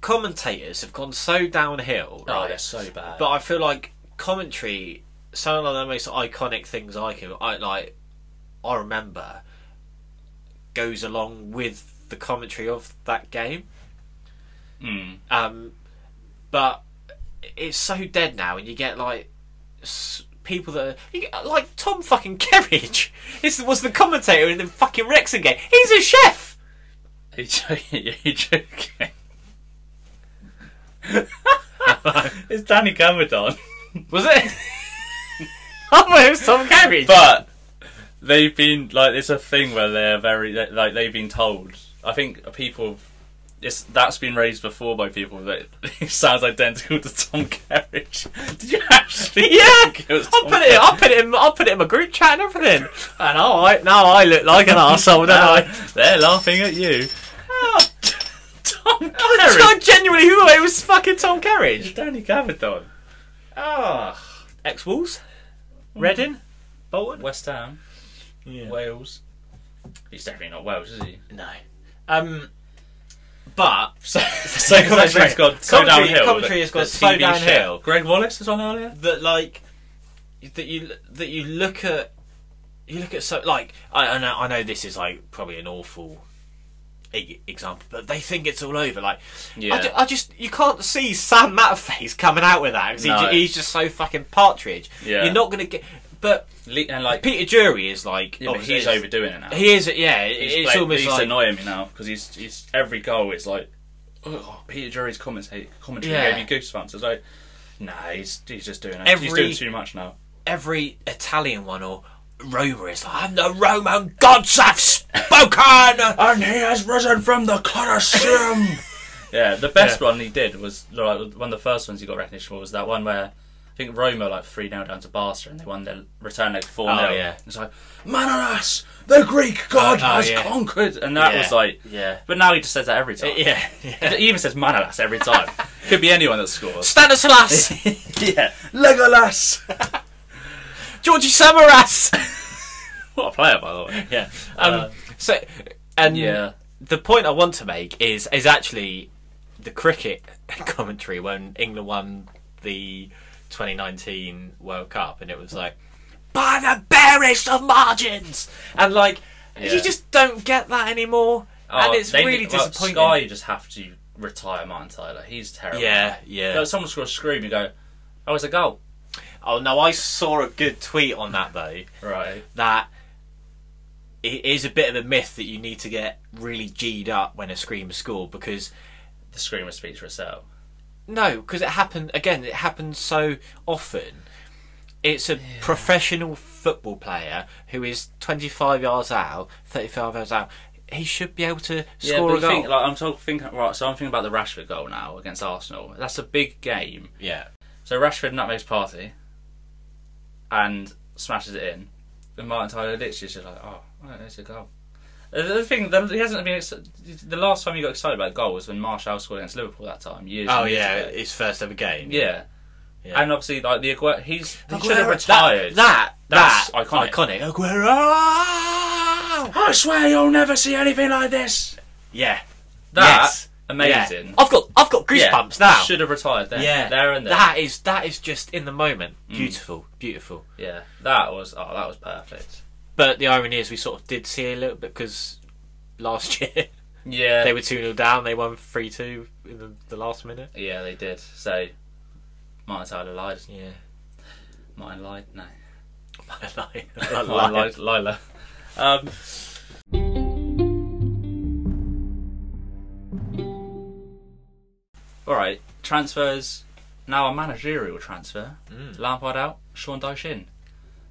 Speaker 2: commentators have gone so downhill.
Speaker 1: Oh,
Speaker 2: Right?
Speaker 1: they're so bad.
Speaker 2: But I feel like commentary, some of the most iconic things I can, I like, I remember, goes along with the
Speaker 1: Hmm.
Speaker 2: commentary of that game.
Speaker 1: Mm.
Speaker 2: Um, but it's so dead now, and you get like s- people that are, you get, like Tom fucking Kerridge. This was the commentator in the fucking Wrexham game. He's a chef.
Speaker 1: Are you joking? Are you joking? it's Danny Cameron.
Speaker 2: Was it? I thought it was Tom Kerridge.
Speaker 1: but they've been like it's a thing where they're very like they've been told. I think people, it's that's been raised before by people that it sounds identical to Tom Kerridge. Did you actually?
Speaker 2: Yeah, I'll
Speaker 1: think
Speaker 2: put
Speaker 1: it was Tom
Speaker 2: it. I'll put it. In, I'll put it in my group chat and everything. And all right, now I look like an arsehole, don't
Speaker 1: Now
Speaker 2: I? Oh,
Speaker 1: they're laughing at you. Tom
Speaker 2: That's
Speaker 1: Kerridge,
Speaker 2: not genuinely who I was. Fucking Tom Kerridge.
Speaker 1: Danny Gavardon,
Speaker 2: Ah, X Wolves, Reading, Bolton.
Speaker 1: West Ham,
Speaker 2: Yeah.
Speaker 1: Wales. He's definitely not Welsh, is he?
Speaker 2: No. Um, but
Speaker 1: So, so commentary's gone so
Speaker 2: Commentary-
Speaker 1: downhill.
Speaker 2: commentary has
Speaker 1: that-
Speaker 2: gone
Speaker 1: that
Speaker 2: so
Speaker 1: TV
Speaker 2: downhill.
Speaker 1: shit. Greg Wallace was on earlier.
Speaker 2: that like that you that you look at you look at so like I, I know I know this is like probably an awful e- example, but they think it's all over. Like
Speaker 1: Yeah.
Speaker 2: I, ju- I just you can't see Sam Matterface coming out with that 'cause he
Speaker 1: No.
Speaker 2: ju- he's just so fucking partridge.
Speaker 1: Yeah.
Speaker 2: You're not gonna get. But
Speaker 1: Le- and like
Speaker 2: Peter Jury is like
Speaker 1: Yeah, but
Speaker 2: obviously
Speaker 1: he's
Speaker 2: it's-
Speaker 1: overdoing it now.
Speaker 2: He is yeah. it-
Speaker 1: he's
Speaker 2: it's
Speaker 1: like-
Speaker 2: almost
Speaker 1: he's
Speaker 2: like
Speaker 1: annoying me now because he's, he's every goal is like, oh, Peter Jury's commentary, commentary
Speaker 2: Yeah.
Speaker 1: gave me goosebumps. It's like, nah, he's he's just doing it. He's
Speaker 2: Every-
Speaker 1: doing too much now.
Speaker 2: every Italian one or. Roma is like, I'm the Roman gods have spoken!
Speaker 1: And he has risen from the Colosseum. yeah, the best one he did was like one of the first ones he got recognition for was that one where. I think Roma like three 0 down to Barca and they won their return leg four 0
Speaker 2: Oh, yeah.
Speaker 1: It's like Mananas, the Greek god
Speaker 2: oh,
Speaker 1: has
Speaker 2: yeah.
Speaker 1: conquered, and that
Speaker 2: Yeah.
Speaker 1: was like.
Speaker 2: Yeah.
Speaker 1: But now he just says that every time.
Speaker 2: Yeah, yeah.
Speaker 1: He even says Manalas every time. Could be anyone that scores.
Speaker 2: Stanislas!
Speaker 1: yeah. Legolas!
Speaker 2: Georgie Samaras!
Speaker 1: what a player, by the way. Uh,
Speaker 2: yeah. Um, so, and
Speaker 1: Yeah.
Speaker 2: the point I want to make is is actually the cricket commentary when England won the 2019 World Cup, and it was like by the barest of margins, and like
Speaker 1: Yeah.
Speaker 2: you just don't get that anymore, and
Speaker 1: Oh,
Speaker 2: it's
Speaker 1: they-
Speaker 2: really
Speaker 1: well,
Speaker 2: disappointing.
Speaker 1: Sky just have to retire Martin Tyler. He's terrible.
Speaker 2: Yeah, yeah.
Speaker 1: Like, someone scores a scream, you go, oh, it's a goal.
Speaker 2: Oh no, I saw a good tweet on that though.
Speaker 1: Right.
Speaker 2: that it is a bit of a myth that you need to get really G'd up when a screamer scored because
Speaker 1: The screamer speaks for itself.
Speaker 2: no, because it happened again. It happens so often. It's a professional football player who is 25 yards out, 35 yards out. He should be able to
Speaker 1: Yeah,
Speaker 2: score
Speaker 1: but
Speaker 2: a
Speaker 1: you
Speaker 2: goal.
Speaker 1: think, like, I'm talk, think, right, so I'm thinking about the Rashford goal now against Arsenal. That's a big game.
Speaker 2: yeah,
Speaker 1: So Rashford nutmegs Party and smashes it in. And Martin Tyler literally is just like, oh, right, there's a goal. The the thing, the, he hasn't been. ex- The last time he got excited about a goal was when Marshall scored against Liverpool that time. Years.
Speaker 2: oh
Speaker 1: and years
Speaker 2: yeah,
Speaker 1: ago.
Speaker 2: his first ever game.
Speaker 1: yeah.
Speaker 2: Yeah.
Speaker 1: And obviously, like the Aguero, he's he
Speaker 2: Aguero-
Speaker 1: should have retired.
Speaker 2: That, that,
Speaker 1: That's
Speaker 2: that
Speaker 1: iconic.
Speaker 2: iconic. iconic. Aguero.
Speaker 1: I swear you'll never see anything like this.
Speaker 2: Yeah,
Speaker 1: That
Speaker 2: Yes.
Speaker 1: amazing.
Speaker 2: Yeah. I've got, I've got goosebumps now.
Speaker 1: Should have retired then.
Speaker 2: Yeah,
Speaker 1: There and then.
Speaker 2: That Mm. is that is just in the moment. Beautiful, beautiful.
Speaker 1: Yeah. That was oh, that was perfect.
Speaker 2: But the irony is, we sort of did see a little bit because last year
Speaker 1: Yeah.
Speaker 2: they were two 0 down. They won three two in the, the last minute.
Speaker 1: yeah, they did. So Martin Tyler lied.
Speaker 2: Yeah,
Speaker 1: Martin lied. No.
Speaker 2: I lied.
Speaker 1: Lila. Lila. Um, all right, transfers. Now a managerial transfer.
Speaker 2: Mm.
Speaker 1: Lampard out, Sean Dyche in.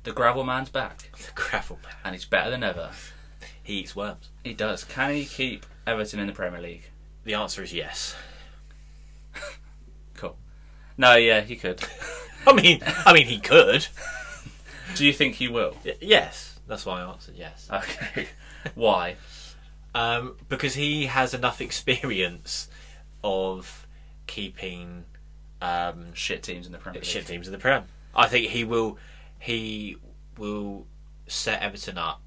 Speaker 1: The gravel man's back,
Speaker 2: The gravel man.
Speaker 1: and he's better than ever.
Speaker 2: He eats worms.
Speaker 1: He does. Can he keep Everton in the Premier League?
Speaker 2: The answer is yes.
Speaker 1: Cool. No, yeah, he could.
Speaker 2: I mean, I mean, he could.
Speaker 1: Do you think he will?
Speaker 2: Y- yes, that's why I answered yes.
Speaker 1: Okay. Why?
Speaker 2: Um, because he has enough experience of keeping um,
Speaker 1: Shit teams in the Premier League.
Speaker 2: shit teams in the Prem. I think he will he will set Everton up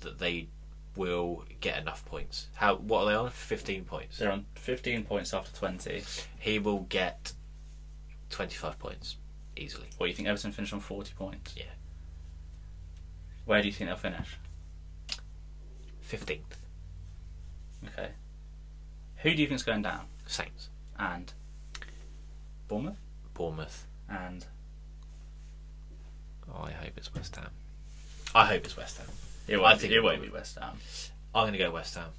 Speaker 2: that they will get enough points. How what are they on? Fifteen points.
Speaker 1: They're on 15 points after 20.
Speaker 2: He will get twenty five points easily.
Speaker 1: What do you think Everton finish on 40 points?
Speaker 2: Yeah.
Speaker 1: Where do you think they'll finish?
Speaker 2: Fifteenth.
Speaker 1: Okay. Who do you think's going down?
Speaker 2: Saints.
Speaker 1: And Bournemouth?
Speaker 2: Bournemouth.
Speaker 1: and
Speaker 2: Oh, I hope it's West Ham. I hope it's West Ham.
Speaker 1: it
Speaker 2: I
Speaker 1: won't,
Speaker 2: think
Speaker 1: it
Speaker 2: it
Speaker 1: won't
Speaker 2: will.
Speaker 1: be West Ham.
Speaker 2: I'm going to go West Ham.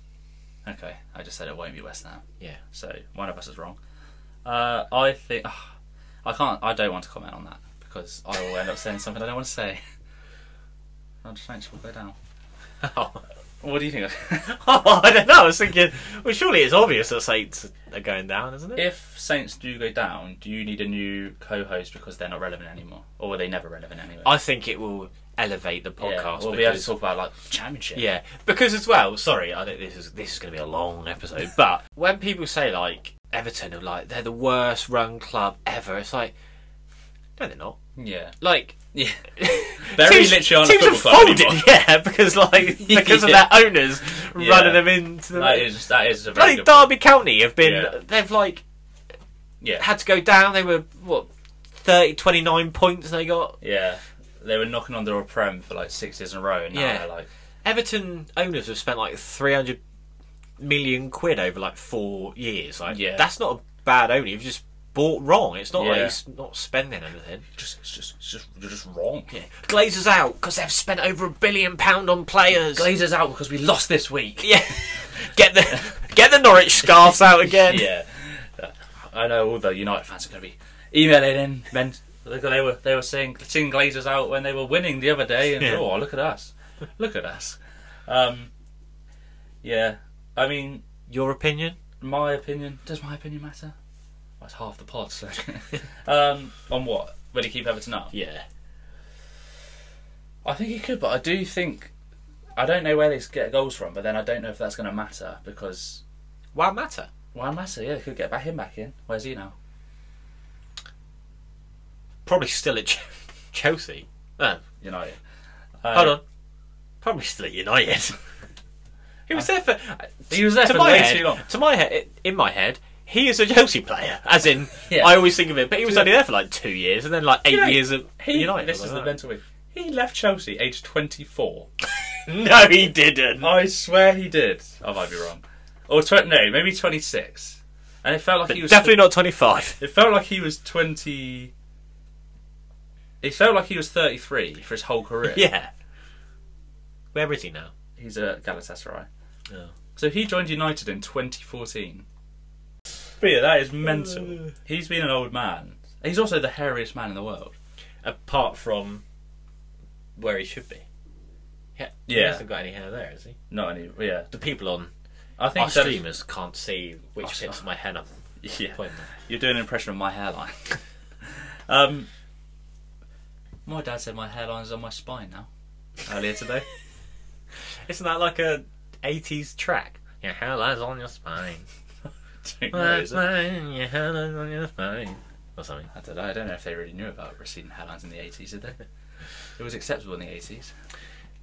Speaker 1: Okay, I just said it won't be West Ham.
Speaker 2: Yeah.
Speaker 1: So one of us is wrong. Uh, I think I can't. I don't want to comment on that because I will end up saying something I don't want to say. I'm just thanks will go down.
Speaker 2: oh,
Speaker 1: What do you think?
Speaker 2: I don't know. I was thinking, well, surely it's obvious that Saints are going down, isn't it?
Speaker 1: if Saints do go down, do you need a new co-host because they're not relevant anymore, or were they never relevant anyway?
Speaker 2: I think it will elevate the
Speaker 1: Yeah,
Speaker 2: podcast.
Speaker 1: we'll be able to
Speaker 2: because,
Speaker 1: talk about like championship.
Speaker 2: yeah, because as well, sorry, I think this is this is going to be a long episode, but when people say like Everton are like they're the worst run club ever, it's like no, they're not.
Speaker 1: yeah,
Speaker 2: Like
Speaker 1: yeah. They're really literally on a
Speaker 2: teams
Speaker 1: football
Speaker 2: have
Speaker 1: club
Speaker 2: folded,
Speaker 1: anymore.
Speaker 2: yeah, because like because
Speaker 1: Yeah.
Speaker 2: of their owners
Speaker 1: Yeah.
Speaker 2: running them into the
Speaker 1: That is that is a very
Speaker 2: bloody
Speaker 1: good point.
Speaker 2: Derby County have been
Speaker 1: Yeah.
Speaker 2: they've like
Speaker 1: Yeah,
Speaker 2: had to go down. They were what 30, 29 points they got.
Speaker 1: yeah. They were knocking on the door prem for like six years in a row, and now
Speaker 2: Yeah.
Speaker 1: they're like,
Speaker 2: Everton owners have spent like three hundred million quid over like four years. Like
Speaker 1: Yeah.
Speaker 2: that's not a bad owner. You've just bought wrong. It's not like
Speaker 1: Yeah.
Speaker 2: he's not spending anything.
Speaker 1: just, it's just, it's just, you're just wrong.
Speaker 2: Yeah. Glazers out because they've spent over a billion pound on players.
Speaker 1: Glazers out because we lost this week.
Speaker 2: yeah, get the get the Norwich scarves out again.
Speaker 1: yeah, I know all the United fans are going to be emailing in. Men, look, they were they were saying seeing Glazers out when they were winning the other day, and
Speaker 2: Yeah.
Speaker 1: oh, look at us, look at us. Um, yeah, I mean,
Speaker 2: Your opinion?
Speaker 1: my opinion does my opinion matter? Well, it's half the pod. So, um, on what? Will he keep Everton up?
Speaker 2: Yeah.
Speaker 1: I think he could, but I do think I don't know where they get goals from, but then I don't know if that's going to matter because
Speaker 2: Why matter?
Speaker 1: why matter? Yeah, they could get back him back in. Where's he now?
Speaker 2: Probably still at Ch- Chelsea. Oh,
Speaker 1: United.
Speaker 2: hold on. Probably still at United. he was
Speaker 1: Uh,
Speaker 2: there for.
Speaker 1: He was there
Speaker 2: to
Speaker 1: for
Speaker 2: my
Speaker 1: way
Speaker 2: head,
Speaker 1: too long.
Speaker 2: To my head, in my head, he is a Chelsea player. As in,
Speaker 1: Yeah.
Speaker 2: I always think of him, but he was only there for like two years, and then like eight
Speaker 1: Yeah,
Speaker 2: years at
Speaker 1: He,
Speaker 2: United.
Speaker 1: this
Speaker 2: or
Speaker 1: is the
Speaker 2: something like
Speaker 1: mental week. He left Chelsea aged 24.
Speaker 2: that. No, he didn't.
Speaker 1: I swear he did. I might be wrong. Or tw- no, maybe 26. And it felt like he was
Speaker 2: Definitely not twenty-five.
Speaker 1: It felt like he was 20. It felt like he was 33 for his whole career.
Speaker 2: Yeah. Where is he now?
Speaker 1: He's a Galatasaray.
Speaker 2: Oh.
Speaker 1: So he joined United in 2014. But yeah, that is mental. He's been an old man. He's also the hairiest man in the world.
Speaker 2: Apart from where he should be. Yeah. He
Speaker 1: Yeah.
Speaker 2: hasn't got any hair there, has he?
Speaker 1: Not any. Yeah,
Speaker 2: The people on
Speaker 1: I
Speaker 2: Our
Speaker 1: think so.
Speaker 2: streamers can't see which
Speaker 1: Oh,
Speaker 2: bits of my head I'm
Speaker 1: Yeah.
Speaker 2: pointing at.
Speaker 1: You're doing an impression of my hairline. um, my dad said my hairline's on my spine now. Earlier today.
Speaker 2: Isn't that like a 80s track? Your hairline's on your spine.
Speaker 1: Don't know, is it?
Speaker 2: Spine, Your hairline's on your spine. Or something.
Speaker 1: I don't know. I don't know if they really knew about receding hairlines in the 80s, did they? It was acceptable in the 80s.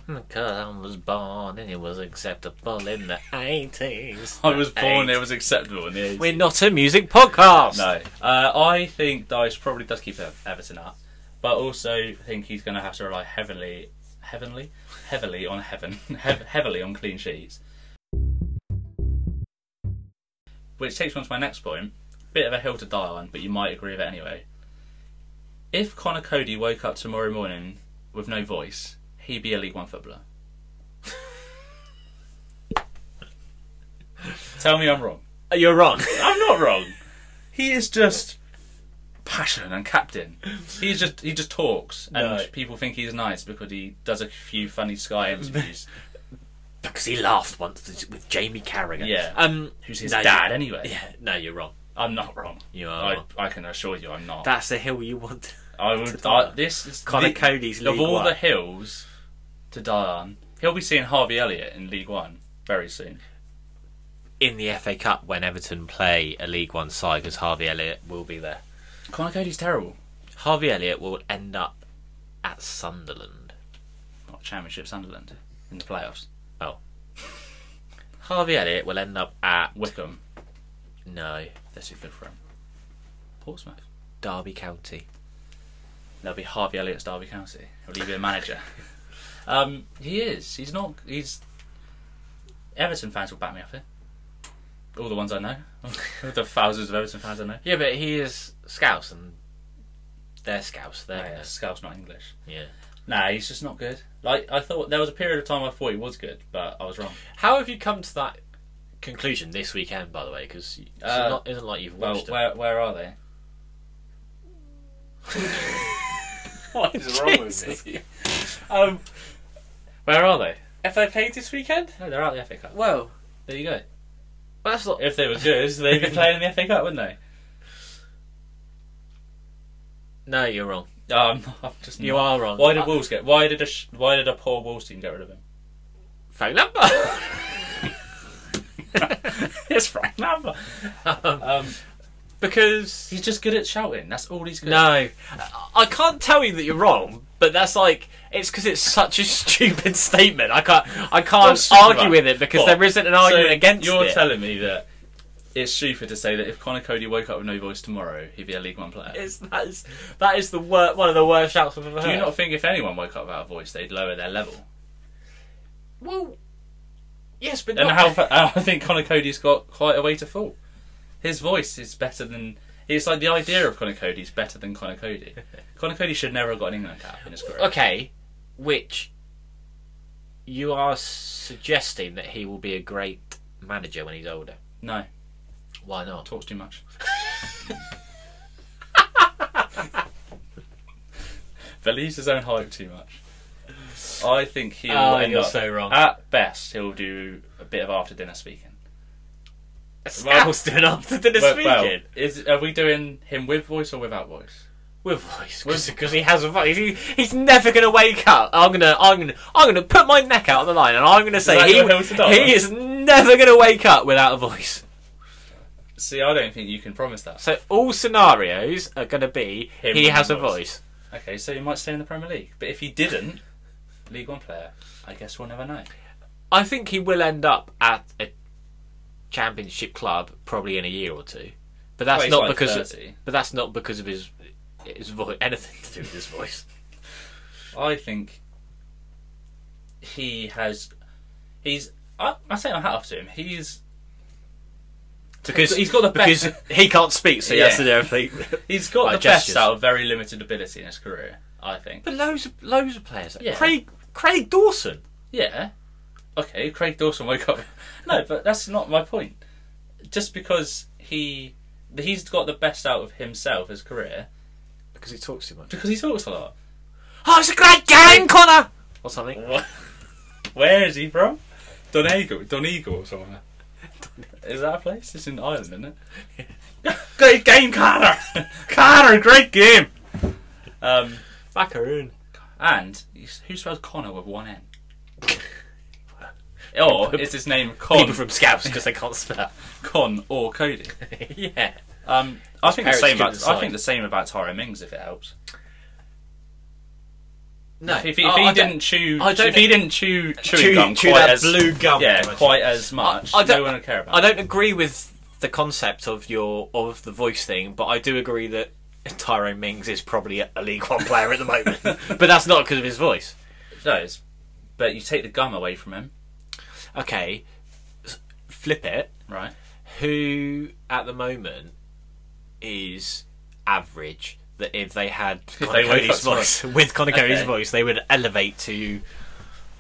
Speaker 2: Because I was born and it was acceptable in the 80s.
Speaker 1: I was born. It was acceptable in the 80s.
Speaker 2: We're not a music podcast.
Speaker 1: No, uh, I think Dice probably does keep Ev- Everton up, but also think he's going to have to rely heavily, heavenly, heavily on heaven, hev- heavily on clean sheets. Which takes me on to my next point. Bit of a hill to die on, but you might agree with it anyway. If Connor Cody woke up tomorrow morning with no voice, he'd be a League One footballer. Tell me I'm wrong.
Speaker 2: Uh, You're wrong.
Speaker 1: I'm not wrong. He is just passion and captain. He's just he just talks and
Speaker 2: No.
Speaker 1: people think he's nice because he does a few funny Sky interviews.
Speaker 2: because he laughed once with Jamie Carragher.
Speaker 1: Yeah.
Speaker 2: Um,
Speaker 1: Who's his
Speaker 2: no,
Speaker 1: dad
Speaker 2: you're-
Speaker 1: anyway?
Speaker 2: Yeah, no, you're wrong.
Speaker 1: I'm not wrong.
Speaker 2: You are
Speaker 1: I,
Speaker 2: wrong.
Speaker 1: I can assure you, I'm not.
Speaker 2: That's the hill you want.
Speaker 1: I would. I, this is
Speaker 2: Connor
Speaker 1: the-
Speaker 2: Cody's
Speaker 1: of
Speaker 2: League
Speaker 1: all
Speaker 2: One.
Speaker 1: the hills to die on. He'll be seeing Harvey Elliott in League One very soon.
Speaker 2: in the FA Cup when Everton play a League One side because Harvey Elliott will be there.
Speaker 1: Connor Cody's terrible.
Speaker 2: Harvey Elliott will end up at Sunderland.
Speaker 1: Not Championship Sunderland in the playoffs.
Speaker 2: Oh. Harvey Elliott will end up at
Speaker 1: Wickham,
Speaker 2: no
Speaker 1: they're too good for him. Portsmouth.
Speaker 2: Derby County.
Speaker 1: There'll be Harvey Elliott's Derby County. He'll be a manager. um, he is. He's not. He's. Everton fans will back me up here. All the ones I know, the thousands of Everton fans I know.
Speaker 2: Yeah, but he is Scouse and They're Scouse. They're
Speaker 1: Yeah,
Speaker 2: gonna,
Speaker 1: Scout's not English.
Speaker 2: yeah.
Speaker 1: Nah, he's just not good. Like I thought, there was a period of time I thought he was good, but I was wrong.
Speaker 2: How have you come to that conclusion this weekend, by the way? Because it's
Speaker 1: Uh,
Speaker 2: not isn't like you've
Speaker 1: Well,
Speaker 2: watched it.
Speaker 1: where where are they?
Speaker 2: What
Speaker 1: is wrong with
Speaker 2: you? Um, where are they?
Speaker 1: If they played,
Speaker 2: this weekend?
Speaker 1: no, they're out of the FA Cup.
Speaker 2: Well,
Speaker 1: There you go.
Speaker 2: that's not.
Speaker 1: If they were good, they'd be playing in the FA Cup, wouldn't they?
Speaker 2: No, you're wrong.
Speaker 1: Um, I'm just
Speaker 2: You
Speaker 1: not-
Speaker 2: are wrong.
Speaker 1: Why did
Speaker 2: Uh,
Speaker 1: Wolves get? Why did a sh- why did a poor Wolves team get rid of him?
Speaker 2: Phone number.
Speaker 1: it's Frank Lampard. Um,
Speaker 2: because
Speaker 1: he's just good at shouting. That's all he's good. at.
Speaker 2: No, I- I can't tell you that you're wrong, but that's like it's because it's such a stupid statement. I can't, I can't
Speaker 1: What's stupid
Speaker 2: argue
Speaker 1: about
Speaker 2: with it because
Speaker 1: What?
Speaker 2: there isn't an argument against
Speaker 1: you're
Speaker 2: it.
Speaker 1: telling me that it's stupid to say that if Connor Cody woke up with no voice tomorrow, he'd be a League One player.
Speaker 2: It's, that is that is the wor- one of the worst shouts I've ever heard.
Speaker 1: Do you not think if anyone woke up without a voice, they'd lower their level?
Speaker 2: Well, yes, but
Speaker 1: And
Speaker 2: not-
Speaker 1: how fa- I think Connor Cody's got quite a way to fall. His voice is better than. It's like the idea of Connor Cody is better than Connor Cody. Connor Cody should never have got an England cap in his career.
Speaker 2: Okay, which you are suggesting that he will be a great manager when he's older.
Speaker 1: No,
Speaker 2: Why not?
Speaker 1: talks too much. Believes his own hype too much. Ah, I think he'll
Speaker 2: Oh,
Speaker 1: end
Speaker 2: you're
Speaker 1: up-
Speaker 2: so wrong.
Speaker 1: At best, he'll do a bit of after dinner speaking.
Speaker 2: Scouston after dinner
Speaker 1: Well-
Speaker 2: speaking.
Speaker 1: well, is, are we doing him with voice or without voice?
Speaker 2: with voice because he has a voice. He, he's never gonna wake up. I'm gonna I'm gonna I'm gonna put my neck out on the line and I'm gonna say
Speaker 1: that
Speaker 2: he,
Speaker 1: your hill to die on?
Speaker 2: he is never gonna wake up without a voice.
Speaker 1: See, I don't think you can promise that.
Speaker 2: So all scenarios are gonna be
Speaker 1: Him
Speaker 2: he
Speaker 1: with
Speaker 2: has
Speaker 1: no
Speaker 2: a
Speaker 1: voice.
Speaker 2: voice.
Speaker 1: Okay, so he might stay in the Premier League, but if he didn't, League One player, I guess we'll never know.
Speaker 2: I think he will end up at a championship club probably in a year or two. But that's
Speaker 1: Well, he's
Speaker 2: not
Speaker 1: like
Speaker 2: because
Speaker 1: 30.
Speaker 2: but that's not because of his his voice anything to do with his voice.
Speaker 1: I think he has. He's. I, I say my hat off to him. He's.
Speaker 2: Because
Speaker 1: He's got the
Speaker 2: because
Speaker 1: best-
Speaker 2: he can't speak, so he has
Speaker 1: Yeah.
Speaker 2: to do everything.
Speaker 1: He's got
Speaker 2: Like
Speaker 1: the best
Speaker 2: gestures.
Speaker 1: out of very limited ability in his career. I think.
Speaker 2: But loads of loads of players.
Speaker 1: Yeah.
Speaker 2: Craig Craig Dawson.
Speaker 1: Yeah. Okay, Craig Dawson woke up. No, but that's not my point. Just because he he's got the best out of himself, his career,
Speaker 2: Because he talks too much.
Speaker 1: because he talks a lot.
Speaker 2: Oh, it's a great game, Connor! Or something.
Speaker 1: Where is he from? Donegal, Donegal or somewhere. Is that a place? It's in Ireland, isn't it? great game, Carter. Carter, great game. Um,
Speaker 2: Macaroon.
Speaker 1: and who spells Connor with one N? Or is his name Con,
Speaker 2: People from Scouts because they can't spell.
Speaker 1: Con or Cody?
Speaker 2: yeah.
Speaker 1: Um, I think the
Speaker 2: parents
Speaker 1: same.
Speaker 2: couldn't
Speaker 1: About, I
Speaker 2: decide.
Speaker 1: think the same about Tyra Mings, if it helps.
Speaker 2: No.
Speaker 1: If he,
Speaker 2: Oh,
Speaker 1: if he
Speaker 2: I don't-
Speaker 1: didn't chew,
Speaker 2: I don't
Speaker 1: if he
Speaker 2: know-
Speaker 1: didn't chew chewing
Speaker 2: Chew-
Speaker 1: gum
Speaker 2: chew
Speaker 1: quite
Speaker 2: that
Speaker 1: as
Speaker 2: blue gum.
Speaker 1: yeah,
Speaker 2: I
Speaker 1: quite as much,
Speaker 2: I don't-
Speaker 1: no one would care about.
Speaker 2: I don't agree with the concept of your of the voice thing, but I do agree that Tyrone Mings is probably a League One player at the moment. but that's not because of his voice.
Speaker 1: No, it's- but you take the gum away from him,
Speaker 2: Okay. s- Flip it.
Speaker 1: right?
Speaker 2: who at the moment is average that if they had Conor
Speaker 1: they wake
Speaker 2: Cody's
Speaker 1: up
Speaker 2: voice with Conor Cody's
Speaker 1: Okay.
Speaker 2: voice they would elevate to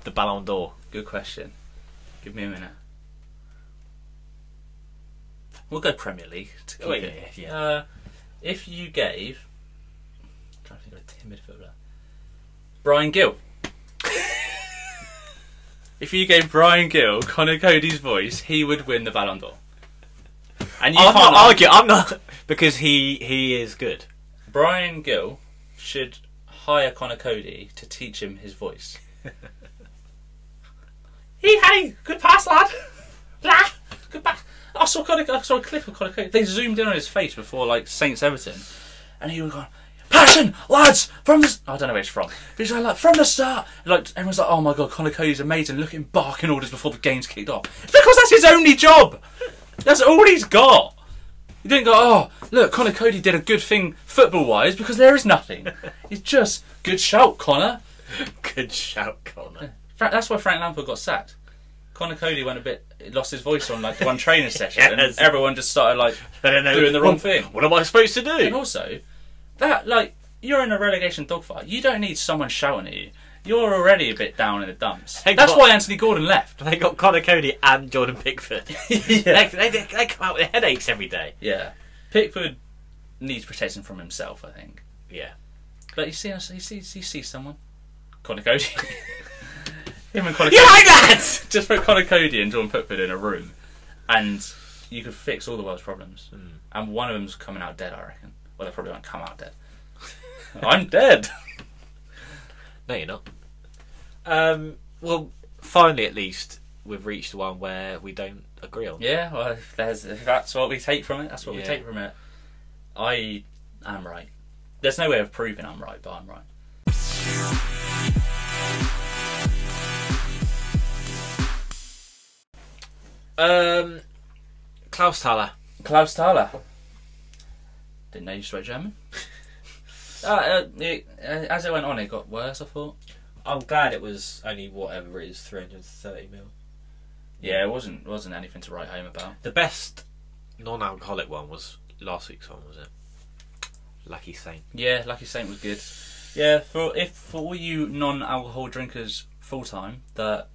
Speaker 2: the Ballon d'Or.
Speaker 1: Good question. Give me a minute. We'll go Premier League to keep
Speaker 2: Oh, yeah,
Speaker 1: it.
Speaker 2: yeah.
Speaker 1: Uh, if you gave, I'm trying to think of a timid fielder, Brian Gill. if you gave Brian Gill Connor Cody's voice, he would win the Ballon d'Or. And you
Speaker 2: I'm
Speaker 1: can't
Speaker 2: not
Speaker 1: argue.
Speaker 2: argue. I'm not because he he is good.
Speaker 1: Brian Gill should hire Connor Cody to teach him his voice. he hey, good pass, lad. Lad, good pass. I saw Connor. I saw a clip of Connor Cody. They zoomed in on his face before like Saints Everton, and he was going. Passion, lads, from the. s-" I don't know where it's from. But he's like, like, from the start. Like, everyone's like, oh my god, Connor Cody's amazing. Look at him barking orders before the game's kicked off. Because that's his only job. That's all he's got. You didn't go, oh, look, Connor Cody did a good thing football wise because there is nothing. it's just good shout, Connor.
Speaker 2: Good shout, Connor.
Speaker 1: Fra- That's why Frank Lampard got sacked. Connor Cody went a bit, lost his voice on like one training session,
Speaker 2: Yes.
Speaker 1: and everyone just started like
Speaker 2: I don't know
Speaker 1: doing the wrong
Speaker 2: what,
Speaker 1: thing.
Speaker 2: What am I supposed to
Speaker 1: And
Speaker 2: do?
Speaker 1: also, that like you're in a relegation dogfight. You don't need someone shouting at you. You're already a bit down in the dumps.
Speaker 2: Hey,
Speaker 1: That's
Speaker 2: what-
Speaker 1: why Anthony Gordon left.
Speaker 2: They got Connor Cody and Jordan Pickford.
Speaker 1: Yeah.
Speaker 2: they, they, they come out with headaches every day.
Speaker 1: Yeah, Pickford needs protection from himself, I think.
Speaker 2: Yeah.
Speaker 1: But you see, you see, you see someone, Connor Cody. Him and Connor
Speaker 2: You
Speaker 1: Cody.
Speaker 2: like that?
Speaker 1: Just put Connor Cody and Jordan Pickford in a room, and you could fix all the world's problems. And one of them's coming out dead, I reckon. Well, they probably won't come out dead. I'm dead.
Speaker 2: No, you're not. Um, well, finally, at least, we've reached one where we don't agree on.
Speaker 1: Yeah, well, if, there's, if that's what we take from it, that's what we
Speaker 2: Yeah.
Speaker 1: take from it. I am right. There's no way of proving I'm right, but I'm right.
Speaker 2: Um, Klaus Thaler.
Speaker 1: Klaus Thaler. Didn't know you spoke German. uh, uh, it, uh, as it went on, it got worse, I thought.
Speaker 2: I'm glad it was only whatever it is, 330 mil.
Speaker 1: Yeah, it wasn't wasn't anything to write home about.
Speaker 2: The best non-alcoholic one was last week's one, was it? Lucky Saint.
Speaker 1: Yeah, Lucky Saint was good. Yeah, for if for all you non-alcohol drinkers full time that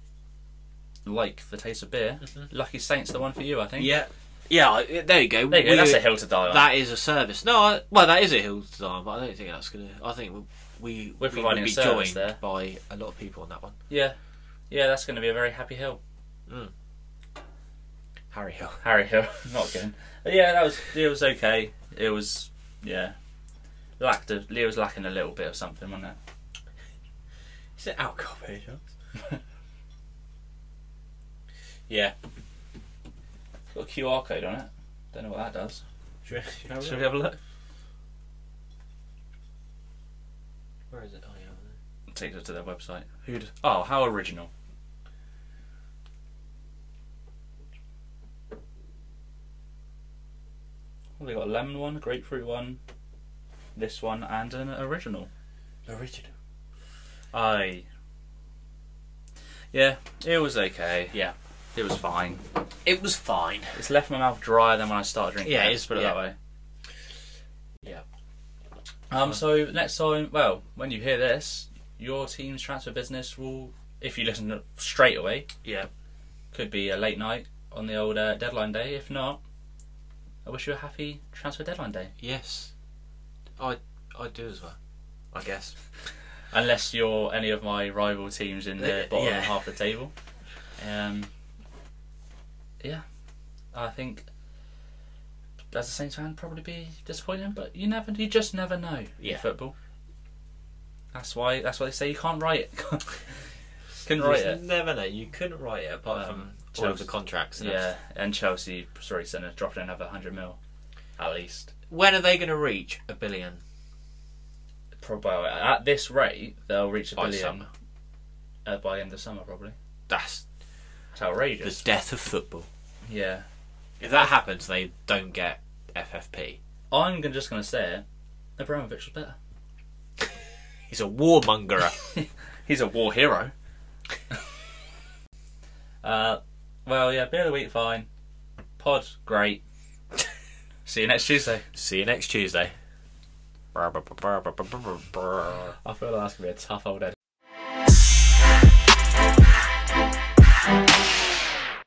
Speaker 1: like the taste of beer, Lucky Saint's the one for you, I think.
Speaker 2: Yeah. Yeah, I- there you go.
Speaker 1: there you go. That's
Speaker 2: We're-
Speaker 1: a hill to die on.
Speaker 2: That is a service. No, I, well, that is a hill to die on, but I don't think that's gonna. I think we we
Speaker 1: We're
Speaker 2: we
Speaker 1: providing
Speaker 2: would
Speaker 1: a
Speaker 2: be
Speaker 1: service
Speaker 2: joined
Speaker 1: there.
Speaker 2: by a lot of people on that one.
Speaker 1: yeah, yeah, that's going to be a very happy hill.
Speaker 2: Harry Hill.
Speaker 1: Harry Hill, not again. But yeah, that was it was okay. It was yeah, lacked. A, Leo was lacking a little bit of something, wasn't it?
Speaker 2: Is it alcohol by any chance? yeah.
Speaker 1: It's got a QR code on it. Don't know what that does.
Speaker 2: Should we- should we have a
Speaker 1: Should
Speaker 2: look?
Speaker 1: we have a look?
Speaker 2: Where is it? Oh, yeah.
Speaker 1: Takes us to their website. Who'd? Oh, how original. Well, Oh, they got a lemon one, grapefruit one, this one, and an original.
Speaker 2: Original.
Speaker 1: I. Yeah, it was okay.
Speaker 2: Yeah.
Speaker 1: It was fine.
Speaker 2: It was fine.
Speaker 1: It's left my mouth drier than when I started drinking.
Speaker 2: Yeah, it
Speaker 1: it
Speaker 2: is-
Speaker 1: is. Put it
Speaker 2: yeah.
Speaker 1: that way.
Speaker 2: Yeah.
Speaker 1: Um. So next time, well, when you hear this, your team's transfer business will, if you listen to- straight away,
Speaker 2: Yeah.
Speaker 1: could be a late night on the old uh, deadline day. If not, I wish you a happy transfer deadline day.
Speaker 2: Yes. I I do as well. I guess.
Speaker 1: Unless you're any of my rival teams in the
Speaker 2: Yeah,
Speaker 1: bottom
Speaker 2: yeah.
Speaker 1: half of the table. Um. Yeah, I think. As a Saints fan, probably be disappointing, but you never, you just never know. in
Speaker 2: Yeah.
Speaker 1: Football. That's why. That's why they say you can't write it. Couldn't write it.
Speaker 2: Never know. You couldn't write it apart
Speaker 1: Um,
Speaker 2: from all of
Speaker 1: Chelsea-
Speaker 2: the contracts. And
Speaker 1: Yeah,
Speaker 2: everything.
Speaker 1: and Chelsea, sorry, Senna dropped another hundred mil, at least.
Speaker 2: When are they going to reach a billion?
Speaker 1: Probably at this rate, they'll reach a
Speaker 2: By
Speaker 1: billion
Speaker 2: summer.
Speaker 1: uh, by end of summer, probably.
Speaker 2: That's
Speaker 1: It's
Speaker 2: the
Speaker 1: outrageous.
Speaker 2: death of football.
Speaker 1: Yeah,
Speaker 2: If that happens, they don't get FFP.
Speaker 1: I'm gonna, just gonna say it. Abramovich was better.
Speaker 2: He's a warmongerer.
Speaker 1: He's a war hero. uh, well, yeah, beer of the week, fine. Pod, great. See you next Tuesday.
Speaker 2: See you next Tuesday.
Speaker 1: I feel like that's gonna be a tough old edit.